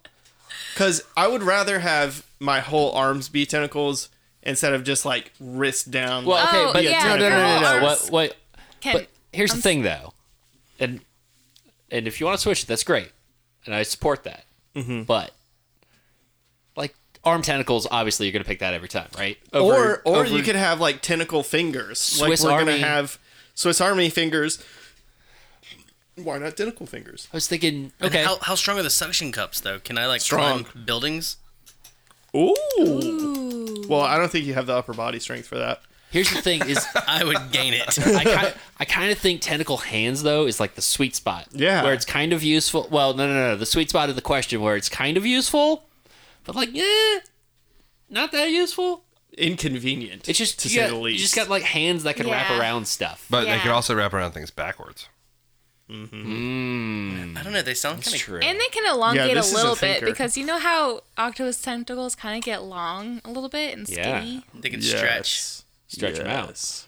[SPEAKER 5] Because I would rather have my whole arms be tentacles instead of just like wrist down.
[SPEAKER 1] well, okay,
[SPEAKER 4] Oh,
[SPEAKER 1] but
[SPEAKER 4] yeah,
[SPEAKER 1] no, no, no, no, no,
[SPEAKER 4] your
[SPEAKER 1] no.
[SPEAKER 4] whole
[SPEAKER 1] What,
[SPEAKER 4] arms.
[SPEAKER 1] what?
[SPEAKER 4] Can
[SPEAKER 1] But here's
[SPEAKER 4] I'm
[SPEAKER 1] the thing, though, and and if you want to switch it, that's great, and I support that. But like arm tentacles, obviously, you're gonna pick that every time, right?
[SPEAKER 5] or
[SPEAKER 1] Over-
[SPEAKER 5] or
[SPEAKER 1] over-
[SPEAKER 5] you could have like tentacle fingers.
[SPEAKER 1] Swiss
[SPEAKER 5] like we're
[SPEAKER 1] Army.
[SPEAKER 5] gonna have Swiss Army fingers. Why not tentacle fingers?
[SPEAKER 1] I was thinking,
[SPEAKER 6] And
[SPEAKER 1] okay,
[SPEAKER 6] How, how strong are the suction cups though? Can I like
[SPEAKER 5] Strong.
[SPEAKER 6] climb buildings?
[SPEAKER 5] Ooh. Well, I don't think you have the upper body strength for that.
[SPEAKER 1] here's the thing: is
[SPEAKER 6] I would gain it.
[SPEAKER 1] I kind I kind of think tentacle hands though is like the sweet spot.
[SPEAKER 5] Yeah.
[SPEAKER 1] Where it's kind of useful. Well, no, no, no. The sweet spot of the question where it's kind of useful, but like, yeah, not that useful.
[SPEAKER 5] Inconvenient.
[SPEAKER 1] It's just
[SPEAKER 5] to
[SPEAKER 1] you
[SPEAKER 5] say
[SPEAKER 1] got-
[SPEAKER 5] the least.
[SPEAKER 1] You just got like hands that can
[SPEAKER 4] Yeah.
[SPEAKER 1] wrap around stuff.
[SPEAKER 3] But they
[SPEAKER 4] Yeah.
[SPEAKER 3] could also wrap around things backwards.
[SPEAKER 6] I don't know. They sound kind
[SPEAKER 1] That's
[SPEAKER 6] of
[SPEAKER 1] true.
[SPEAKER 4] And they can elongate
[SPEAKER 5] this
[SPEAKER 4] a
[SPEAKER 5] is a
[SPEAKER 4] little bit
[SPEAKER 5] thinker.
[SPEAKER 4] because you know how octopus tentacles kind of get long a little bit and
[SPEAKER 1] Yeah.
[SPEAKER 4] skinny.
[SPEAKER 6] They can
[SPEAKER 5] Yes.
[SPEAKER 6] stretch.
[SPEAKER 1] Stretch 'em out.
[SPEAKER 5] Yes.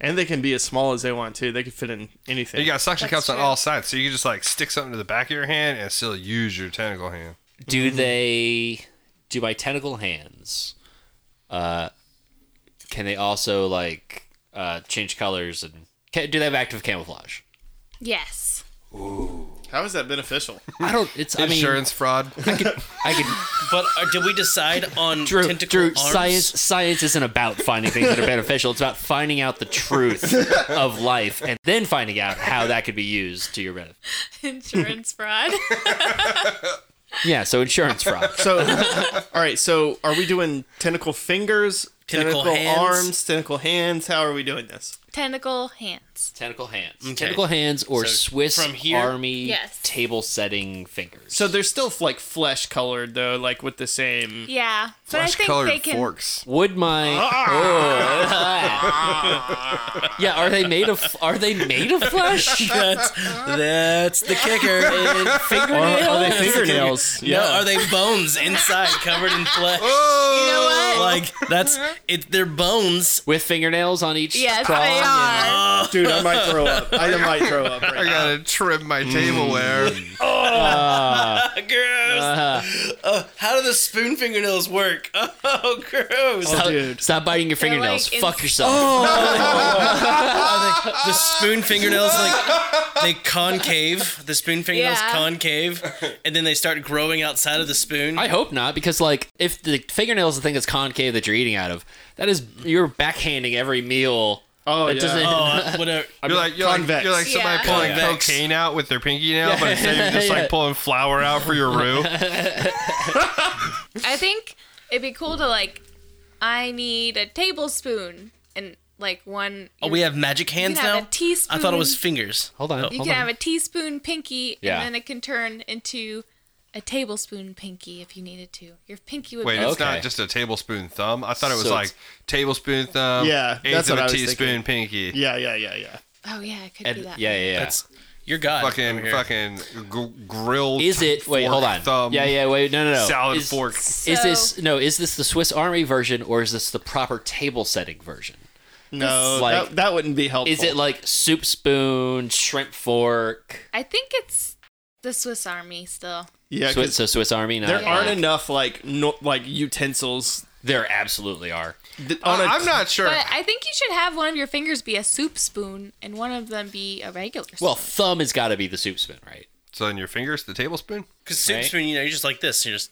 [SPEAKER 5] And they can be as small as they want too. They could fit in anything.
[SPEAKER 3] You got suction
[SPEAKER 4] That's
[SPEAKER 3] cups on
[SPEAKER 4] true.
[SPEAKER 3] all sides, so you can just like stick something to the back of your hand and still use your tentacle hand.
[SPEAKER 1] do they? Do my tentacle hands? Uh, can they also like uh change colors and can, do they have active camouflage?
[SPEAKER 4] Yes.
[SPEAKER 5] How is that beneficial?
[SPEAKER 1] I don't. It's I mean
[SPEAKER 3] Insurance fraud.
[SPEAKER 1] I can.
[SPEAKER 6] But uh, did we decide on
[SPEAKER 1] Drew,
[SPEAKER 6] tentacle
[SPEAKER 1] Drew,
[SPEAKER 6] arms?
[SPEAKER 1] science science isn't about finding things that are beneficial. It's about finding out the truth of life and then finding out how that could be used to your benefit.
[SPEAKER 4] Insurance fraud.
[SPEAKER 1] Yeah, so insurance fraud.
[SPEAKER 5] so, all right. So, are we doing tentacle fingers,
[SPEAKER 6] Tentacle hands?
[SPEAKER 5] arms, tentacle hands? How are we doing this?
[SPEAKER 4] Tentacle hands.
[SPEAKER 1] Tentacle hands. Mm, Tentacle hands or
[SPEAKER 6] So
[SPEAKER 1] Swiss
[SPEAKER 6] from here-
[SPEAKER 1] Army
[SPEAKER 4] Yes.
[SPEAKER 1] table setting fingers.
[SPEAKER 5] So they're still like flesh colored though, like with the same.
[SPEAKER 4] Yeah. But I think they
[SPEAKER 3] colored
[SPEAKER 4] can.
[SPEAKER 3] forks.
[SPEAKER 1] would my
[SPEAKER 5] Ah!
[SPEAKER 1] Oh. Yeah, are they made of are they made of flesh?
[SPEAKER 6] That's, that's the kicker.
[SPEAKER 1] And
[SPEAKER 5] Are,
[SPEAKER 1] fingernails?
[SPEAKER 5] are they fingernails?
[SPEAKER 6] No, are they bones inside covered in flesh? Like that's it. They're bones. Oh,
[SPEAKER 1] With fingernails on each
[SPEAKER 4] Yes,
[SPEAKER 1] prong
[SPEAKER 4] they
[SPEAKER 1] and-
[SPEAKER 4] are.
[SPEAKER 5] Dude, I might throw up. I might throw up. Right
[SPEAKER 3] I gotta trim my
[SPEAKER 1] Mm.
[SPEAKER 3] tableware.
[SPEAKER 6] Ah, gross. Uh, how do the spoon fingernails work? Oh, gross.
[SPEAKER 1] Stop,
[SPEAKER 5] dude.
[SPEAKER 1] stop biting your fingernails.
[SPEAKER 4] like in-
[SPEAKER 1] Fuck yourself.
[SPEAKER 5] Oh.
[SPEAKER 6] Are they- the spoon fingernails like they concave. The spoon fingernails
[SPEAKER 4] Yeah.
[SPEAKER 6] concave, and then they start growing outside of the spoon.
[SPEAKER 1] I hope not, because like if the fingernail is the thing that's concave that you're eating out of, that is you're backhanding every meal.
[SPEAKER 5] Oh,
[SPEAKER 1] It
[SPEAKER 5] yeah.
[SPEAKER 1] doesn't.
[SPEAKER 6] oh, I- whatever.
[SPEAKER 3] You're like you're like,
[SPEAKER 5] Convex.
[SPEAKER 3] you're like somebody
[SPEAKER 4] Yeah.
[SPEAKER 3] pulling
[SPEAKER 6] Convex.
[SPEAKER 3] cocaine out with their pinky nail, but instead you're just
[SPEAKER 1] Yeah.
[SPEAKER 3] like pulling flour out for your roux.
[SPEAKER 4] I think it'd be cool to like. I need a tablespoon and like one.
[SPEAKER 6] Oh, we have magic
[SPEAKER 4] you can
[SPEAKER 6] hands
[SPEAKER 4] have
[SPEAKER 6] now.
[SPEAKER 4] a teaspoon.
[SPEAKER 6] I thought it was fingers.
[SPEAKER 1] Hold on.
[SPEAKER 6] Oh.
[SPEAKER 1] hold
[SPEAKER 4] You can
[SPEAKER 1] on.
[SPEAKER 4] have a teaspoon pinky,
[SPEAKER 1] Yeah.
[SPEAKER 4] and then it can turn into a tablespoon pinky if you needed to. Your pinky would
[SPEAKER 3] Wait,
[SPEAKER 4] be.
[SPEAKER 3] it's
[SPEAKER 1] Okay.
[SPEAKER 3] not just a tablespoon thumb. I thought it was
[SPEAKER 1] So
[SPEAKER 3] like
[SPEAKER 1] it's-
[SPEAKER 3] tablespoon thumb.
[SPEAKER 5] Yeah,
[SPEAKER 3] eighth
[SPEAKER 5] that's
[SPEAKER 3] of
[SPEAKER 5] what
[SPEAKER 3] a
[SPEAKER 5] I was
[SPEAKER 3] teaspoon pinky.
[SPEAKER 5] Yeah, yeah, yeah, yeah.
[SPEAKER 4] Oh yeah, it could
[SPEAKER 1] And-
[SPEAKER 4] be that.
[SPEAKER 1] yeah, yeah, yeah.
[SPEAKER 6] That's your god. over
[SPEAKER 3] Fucking
[SPEAKER 6] here.
[SPEAKER 3] fucking g- grilled.
[SPEAKER 1] is it? Wait,
[SPEAKER 3] fork,
[SPEAKER 1] hold on.
[SPEAKER 3] Thumb.
[SPEAKER 1] yeah, yeah. Wait, no, no, no.
[SPEAKER 3] Salad
[SPEAKER 1] is,
[SPEAKER 3] fork.
[SPEAKER 1] Is
[SPEAKER 4] So-
[SPEAKER 1] this no? Is this the Swiss Army version or is this the proper table setting version?
[SPEAKER 5] No,
[SPEAKER 1] Like-
[SPEAKER 5] that, that wouldn't be helpful.
[SPEAKER 1] Is it like soup spoon, shrimp fork?
[SPEAKER 4] I think it's the Swiss Army still.
[SPEAKER 5] yeah?
[SPEAKER 1] Swiss,
[SPEAKER 5] 'cause
[SPEAKER 1] so Swiss Army. Not,
[SPEAKER 5] there
[SPEAKER 4] Yeah.
[SPEAKER 5] aren't enough like no, like utensils
[SPEAKER 1] There absolutely are.
[SPEAKER 5] that, on a
[SPEAKER 3] I, I'm not sure.
[SPEAKER 4] But I think you should have one of your fingers be a soup spoon and one of them be a regular spoon.
[SPEAKER 1] Well, thumb has got to be the soup spoon, right?
[SPEAKER 3] so in your fingers, the tablespoon.
[SPEAKER 6] Because soup
[SPEAKER 1] Right?
[SPEAKER 6] spoon, you know, you're just like this. You're just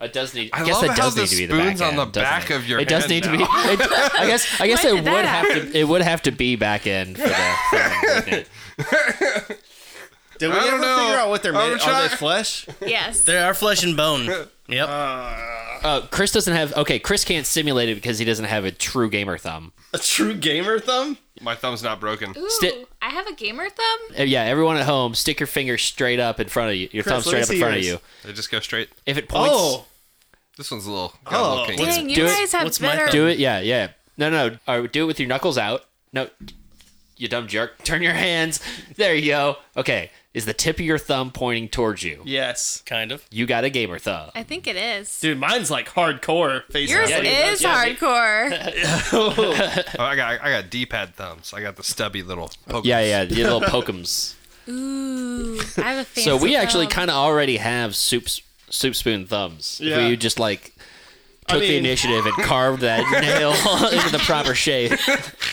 [SPEAKER 1] It does need.
[SPEAKER 3] I
[SPEAKER 1] I, guess
[SPEAKER 3] love
[SPEAKER 1] it
[SPEAKER 3] how
[SPEAKER 1] does
[SPEAKER 3] the
[SPEAKER 1] need to be the back
[SPEAKER 3] spoon's
[SPEAKER 1] end,
[SPEAKER 3] on the
[SPEAKER 1] doesn't
[SPEAKER 3] back
[SPEAKER 1] it?
[SPEAKER 3] of your
[SPEAKER 1] It does
[SPEAKER 3] hand
[SPEAKER 1] need to be.
[SPEAKER 3] now.
[SPEAKER 1] It, I guess. I guess
[SPEAKER 4] When
[SPEAKER 1] it
[SPEAKER 4] did
[SPEAKER 1] would
[SPEAKER 4] that
[SPEAKER 1] have to. It would have to be back end for the. For the movement.
[SPEAKER 5] Did we
[SPEAKER 3] I don't
[SPEAKER 5] ever
[SPEAKER 3] know.
[SPEAKER 5] figure out what they're
[SPEAKER 3] I'm
[SPEAKER 5] made? Are
[SPEAKER 3] trying-
[SPEAKER 5] they flesh?
[SPEAKER 4] yes.
[SPEAKER 6] they are flesh and bone. Yep.
[SPEAKER 1] Uh, Chris doesn't have. Okay, Chris can't simulate it because he doesn't have a true gamer thumb.
[SPEAKER 5] A true gamer thumb?
[SPEAKER 3] My thumb's not broken.
[SPEAKER 4] Ooh,
[SPEAKER 1] sti-
[SPEAKER 4] I have a gamer thumb.
[SPEAKER 1] Uh, yeah, everyone at home, stick your finger straight up in front of you. Your
[SPEAKER 5] Chris,
[SPEAKER 1] thumb
[SPEAKER 5] let
[SPEAKER 1] straight
[SPEAKER 5] me
[SPEAKER 1] up in
[SPEAKER 5] see
[SPEAKER 1] front
[SPEAKER 5] yours.
[SPEAKER 1] of you.
[SPEAKER 3] They just go straight.
[SPEAKER 1] If it points,
[SPEAKER 5] Oh,
[SPEAKER 3] This one's a little. Got
[SPEAKER 5] Oh,
[SPEAKER 3] a little kinky.
[SPEAKER 4] Dang, you
[SPEAKER 1] do it.
[SPEAKER 4] guys have
[SPEAKER 6] What's my
[SPEAKER 4] better.
[SPEAKER 1] do it. Yeah, yeah. No, no. Or do it with your knuckles out. No, you dumb jerk. Turn your hands. There you go. Okay. is the tip of your thumb pointing towards you.
[SPEAKER 5] Yes.
[SPEAKER 6] Kind of.
[SPEAKER 1] You got a gamer thumb.
[SPEAKER 4] I think it is.
[SPEAKER 5] Dude, mine's like hardcore face
[SPEAKER 4] Yours
[SPEAKER 5] hugger.
[SPEAKER 4] is hardcore.
[SPEAKER 3] Oh, I got I got D-pad thumbs. I got the stubby little. Poke
[SPEAKER 1] Yeah, yeah, the little pokums.
[SPEAKER 4] Ooh, I have a fancy.
[SPEAKER 1] So we actually
[SPEAKER 4] thumb.
[SPEAKER 1] kind of already have soup soup spoon thumbs. If
[SPEAKER 5] Yeah.
[SPEAKER 1] we just like took the
[SPEAKER 5] mean-
[SPEAKER 1] initiative and carved that nail into the proper shape.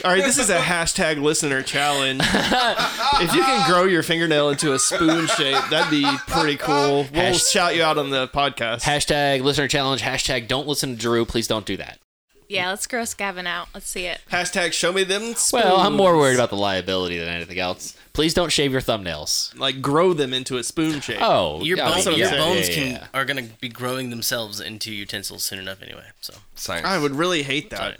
[SPEAKER 5] All right, this is a hashtag listener challenge. if you can grow your fingernail into a spoon shape, that'd be pretty cool. We'll
[SPEAKER 1] Hasht-
[SPEAKER 5] shout you out on the podcast.
[SPEAKER 1] Hashtag listener challenge. Hashtag don't listen to Drew. Please don't do that.
[SPEAKER 4] Yeah, let's gross Gavin out. Let's see it.
[SPEAKER 5] hashtag show me them spoons.
[SPEAKER 1] Well, I'm more worried about the liability than anything else. Please don't shave your thumbnails.
[SPEAKER 5] like grow them into a spoon shape.
[SPEAKER 1] Oh,
[SPEAKER 6] Your,
[SPEAKER 1] yeah, I
[SPEAKER 6] bones,
[SPEAKER 1] mean,
[SPEAKER 6] your
[SPEAKER 1] yeah,
[SPEAKER 6] bones
[SPEAKER 1] yeah,
[SPEAKER 6] can
[SPEAKER 1] yeah.
[SPEAKER 6] are gonna be growing themselves into utensils soon enough anyway. So
[SPEAKER 3] Science.
[SPEAKER 5] I would really hate that.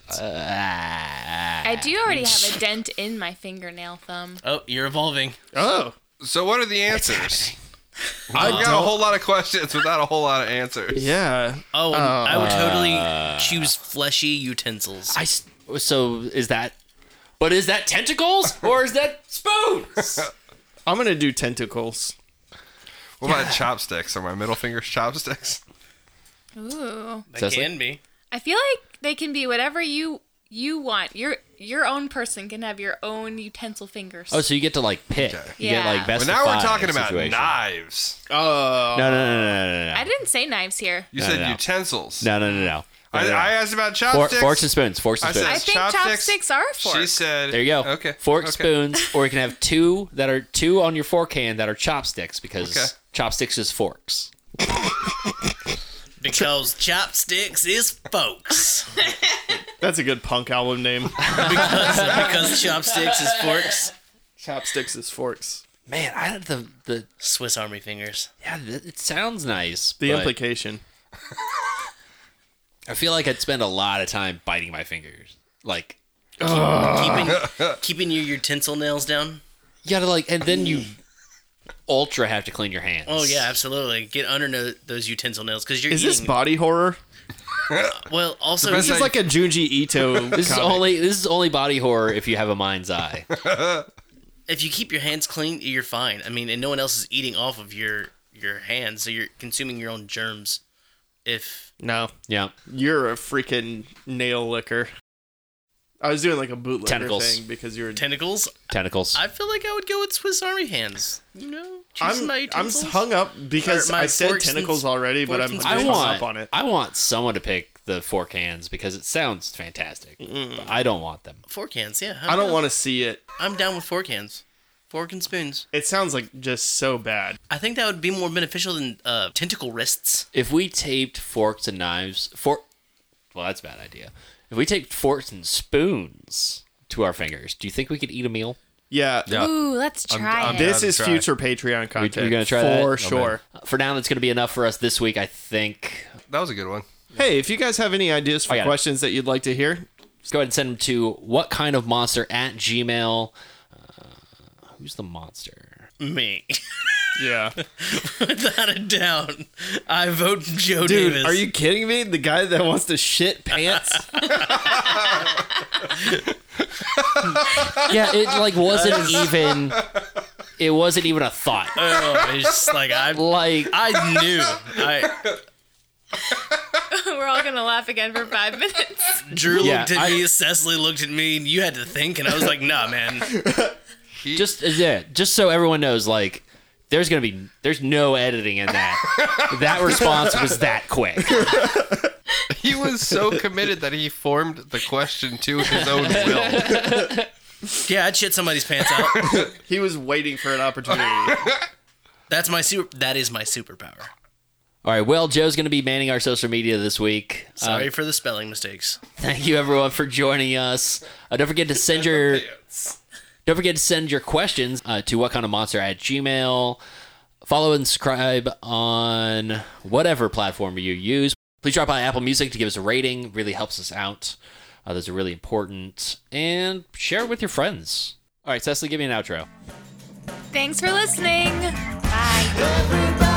[SPEAKER 4] I do
[SPEAKER 1] Ah,
[SPEAKER 4] already have a dent in my fingernail thumb.
[SPEAKER 6] oh, you're evolving.
[SPEAKER 5] Oh,
[SPEAKER 3] So what are the answers?
[SPEAKER 5] I
[SPEAKER 3] I've got a whole lot of questions without a whole lot of answers.
[SPEAKER 5] Yeah.
[SPEAKER 6] Oh, and I
[SPEAKER 1] Uh,
[SPEAKER 6] would totally choose fleshy utensils.
[SPEAKER 1] I s- so is that. But is that tentacles or is that spoons?
[SPEAKER 5] I'm gonna do tentacles.
[SPEAKER 3] What about chopsticks? Are my middle fingers chopsticks?
[SPEAKER 4] Ooh,
[SPEAKER 6] they
[SPEAKER 1] Cecily?
[SPEAKER 6] can be.
[SPEAKER 4] I feel like they can be whatever you you want. Your your own person can have your own utensil fingers.
[SPEAKER 1] oh, so you get to like pick. You
[SPEAKER 4] Yeah.
[SPEAKER 1] get like best.
[SPEAKER 3] But now
[SPEAKER 1] of
[SPEAKER 3] we're
[SPEAKER 1] five
[SPEAKER 3] talking about
[SPEAKER 1] situation.
[SPEAKER 3] knives.
[SPEAKER 5] Oh,
[SPEAKER 1] No, no, no, no, no, no, no.
[SPEAKER 4] I didn't say knives here.
[SPEAKER 3] You
[SPEAKER 1] No,
[SPEAKER 3] said
[SPEAKER 1] no, no.
[SPEAKER 3] utensils.
[SPEAKER 1] No, no, no, no.
[SPEAKER 3] I,
[SPEAKER 1] No, no, no.
[SPEAKER 3] I asked about
[SPEAKER 1] For,
[SPEAKER 3] chopsticks.
[SPEAKER 1] forks and spoons. Forks and
[SPEAKER 3] I said-
[SPEAKER 1] spoons.
[SPEAKER 4] I think
[SPEAKER 3] Chopsticks.
[SPEAKER 4] chopsticks, are forks.
[SPEAKER 3] She said.
[SPEAKER 1] There you go.
[SPEAKER 3] Okay.
[SPEAKER 1] Fork,
[SPEAKER 3] okay.
[SPEAKER 1] spoons, or you can have two that are two on your fork hand that are chopsticks because
[SPEAKER 3] Okay.
[SPEAKER 1] chopsticks is forks.
[SPEAKER 6] Because chopsticks is folks.
[SPEAKER 5] that's a good punk album name.
[SPEAKER 6] because chopsticks is forks.
[SPEAKER 5] Chopsticks is forks.
[SPEAKER 1] Man, I the the
[SPEAKER 6] Swiss Army fingers.
[SPEAKER 1] yeah, th- it sounds nice.
[SPEAKER 5] The
[SPEAKER 1] but
[SPEAKER 5] implication.
[SPEAKER 1] I feel like I'd spend a lot of time biting my fingers. Like
[SPEAKER 6] Keeping keeping your utensil nails down.
[SPEAKER 1] you gotta like, and then you ultra have to clean your hands.
[SPEAKER 6] Oh yeah, absolutely. Get under no, those utensil nails because you're
[SPEAKER 5] Is this
[SPEAKER 6] eating.
[SPEAKER 5] body horror?
[SPEAKER 6] well, also
[SPEAKER 5] This
[SPEAKER 6] you-
[SPEAKER 5] is like a Junji Ito.
[SPEAKER 1] This is
[SPEAKER 5] comic.
[SPEAKER 1] only this is only body horror if you have a mind's eye.
[SPEAKER 6] if you keep your hands clean, you're fine. I mean, and no one else is eating off of your your hands, so you're consuming your own germs. If
[SPEAKER 5] No,
[SPEAKER 1] Yeah,
[SPEAKER 5] you're a freaking nail licker. I was doing like a bootlegger
[SPEAKER 1] Tentacles.
[SPEAKER 5] thing because you're.
[SPEAKER 6] tentacles,
[SPEAKER 1] tentacles.
[SPEAKER 6] I feel like I would go with Swiss Army hands. You know, choosing
[SPEAKER 5] I'm,
[SPEAKER 6] my
[SPEAKER 5] I'm
[SPEAKER 6] utensils.
[SPEAKER 5] hung up because
[SPEAKER 6] Or my
[SPEAKER 5] I said
[SPEAKER 6] forks and-
[SPEAKER 5] tentacles already, but
[SPEAKER 6] forks
[SPEAKER 5] I'm
[SPEAKER 6] and
[SPEAKER 5] I
[SPEAKER 1] I
[SPEAKER 6] spoons.
[SPEAKER 5] hung up
[SPEAKER 1] want
[SPEAKER 5] on it.
[SPEAKER 1] I want someone to pick the fork hands because it sounds fantastic.
[SPEAKER 6] Mm.
[SPEAKER 1] But I don't want them.
[SPEAKER 6] Fork hands, yeah.
[SPEAKER 5] I don't want to see it.
[SPEAKER 6] I'm down with fork hands, fork and spoons.
[SPEAKER 5] It sounds like just so bad.
[SPEAKER 6] I think that would be more beneficial than uh, tentacle wrists.
[SPEAKER 1] If we taped forks and knives, fork. Well, that's a bad idea. If we taped forks and spoons to our fingers, do you think we could eat a meal?
[SPEAKER 5] Yeah.
[SPEAKER 4] Ooh, let's try
[SPEAKER 3] I'm
[SPEAKER 4] it.
[SPEAKER 5] This
[SPEAKER 3] Yeah,
[SPEAKER 5] is
[SPEAKER 3] try.
[SPEAKER 5] future Patreon content.
[SPEAKER 1] you're gonna try that?
[SPEAKER 5] for
[SPEAKER 1] Oh,
[SPEAKER 5] sure.
[SPEAKER 1] Uh, For now, that's going to be enough for us this week, I think.
[SPEAKER 3] That was a good one.
[SPEAKER 5] hey, if you guys have any ideas for
[SPEAKER 1] I got it.
[SPEAKER 5] questions that you'd like to hear,
[SPEAKER 1] Let's go ahead and send them to what kind of monster at Gmail. Uh, who's the monster?
[SPEAKER 6] Me,
[SPEAKER 5] yeah,
[SPEAKER 6] without a doubt, I vote Joe
[SPEAKER 5] dude,
[SPEAKER 6] Davis.
[SPEAKER 5] are you kidding me? The guy that wants to shit pants.
[SPEAKER 1] Yeah, it like wasn't even. It wasn't even a thought.
[SPEAKER 6] Oh, it's just like I.
[SPEAKER 1] Like
[SPEAKER 6] I knew. I
[SPEAKER 4] We're all gonna laugh again for five minutes.
[SPEAKER 6] Drew
[SPEAKER 1] Yeah,
[SPEAKER 6] looked at
[SPEAKER 1] I-
[SPEAKER 6] me, Cecily looked at me, and you had to think, and I was like, nah, man.
[SPEAKER 1] just yeah, just so everyone knows, like there's gonna be there's no editing in that. that response was that quick.
[SPEAKER 3] He was so committed that he formed the question to his own will.
[SPEAKER 6] Yeah, I'd shit somebody's pants out.
[SPEAKER 5] he was waiting for an opportunity.
[SPEAKER 6] That's my super. That is my superpower.
[SPEAKER 1] All right, well, Joe's gonna be manning our social media this week. Uh,
[SPEAKER 6] Sorry for the spelling mistakes.
[SPEAKER 1] thank you everyone for joining us. Uh, don't forget to send your don't forget to send your questions uh, to what kind of monster at Gmail. Follow and subscribe on whatever platform you use. Please drop by Apple Music to give us a rating. Really helps us out. Uh, those are really important. And share it with your friends. All right, Cecily, give me an outro.
[SPEAKER 4] Thanks for listening. Bye.
[SPEAKER 2] Everybody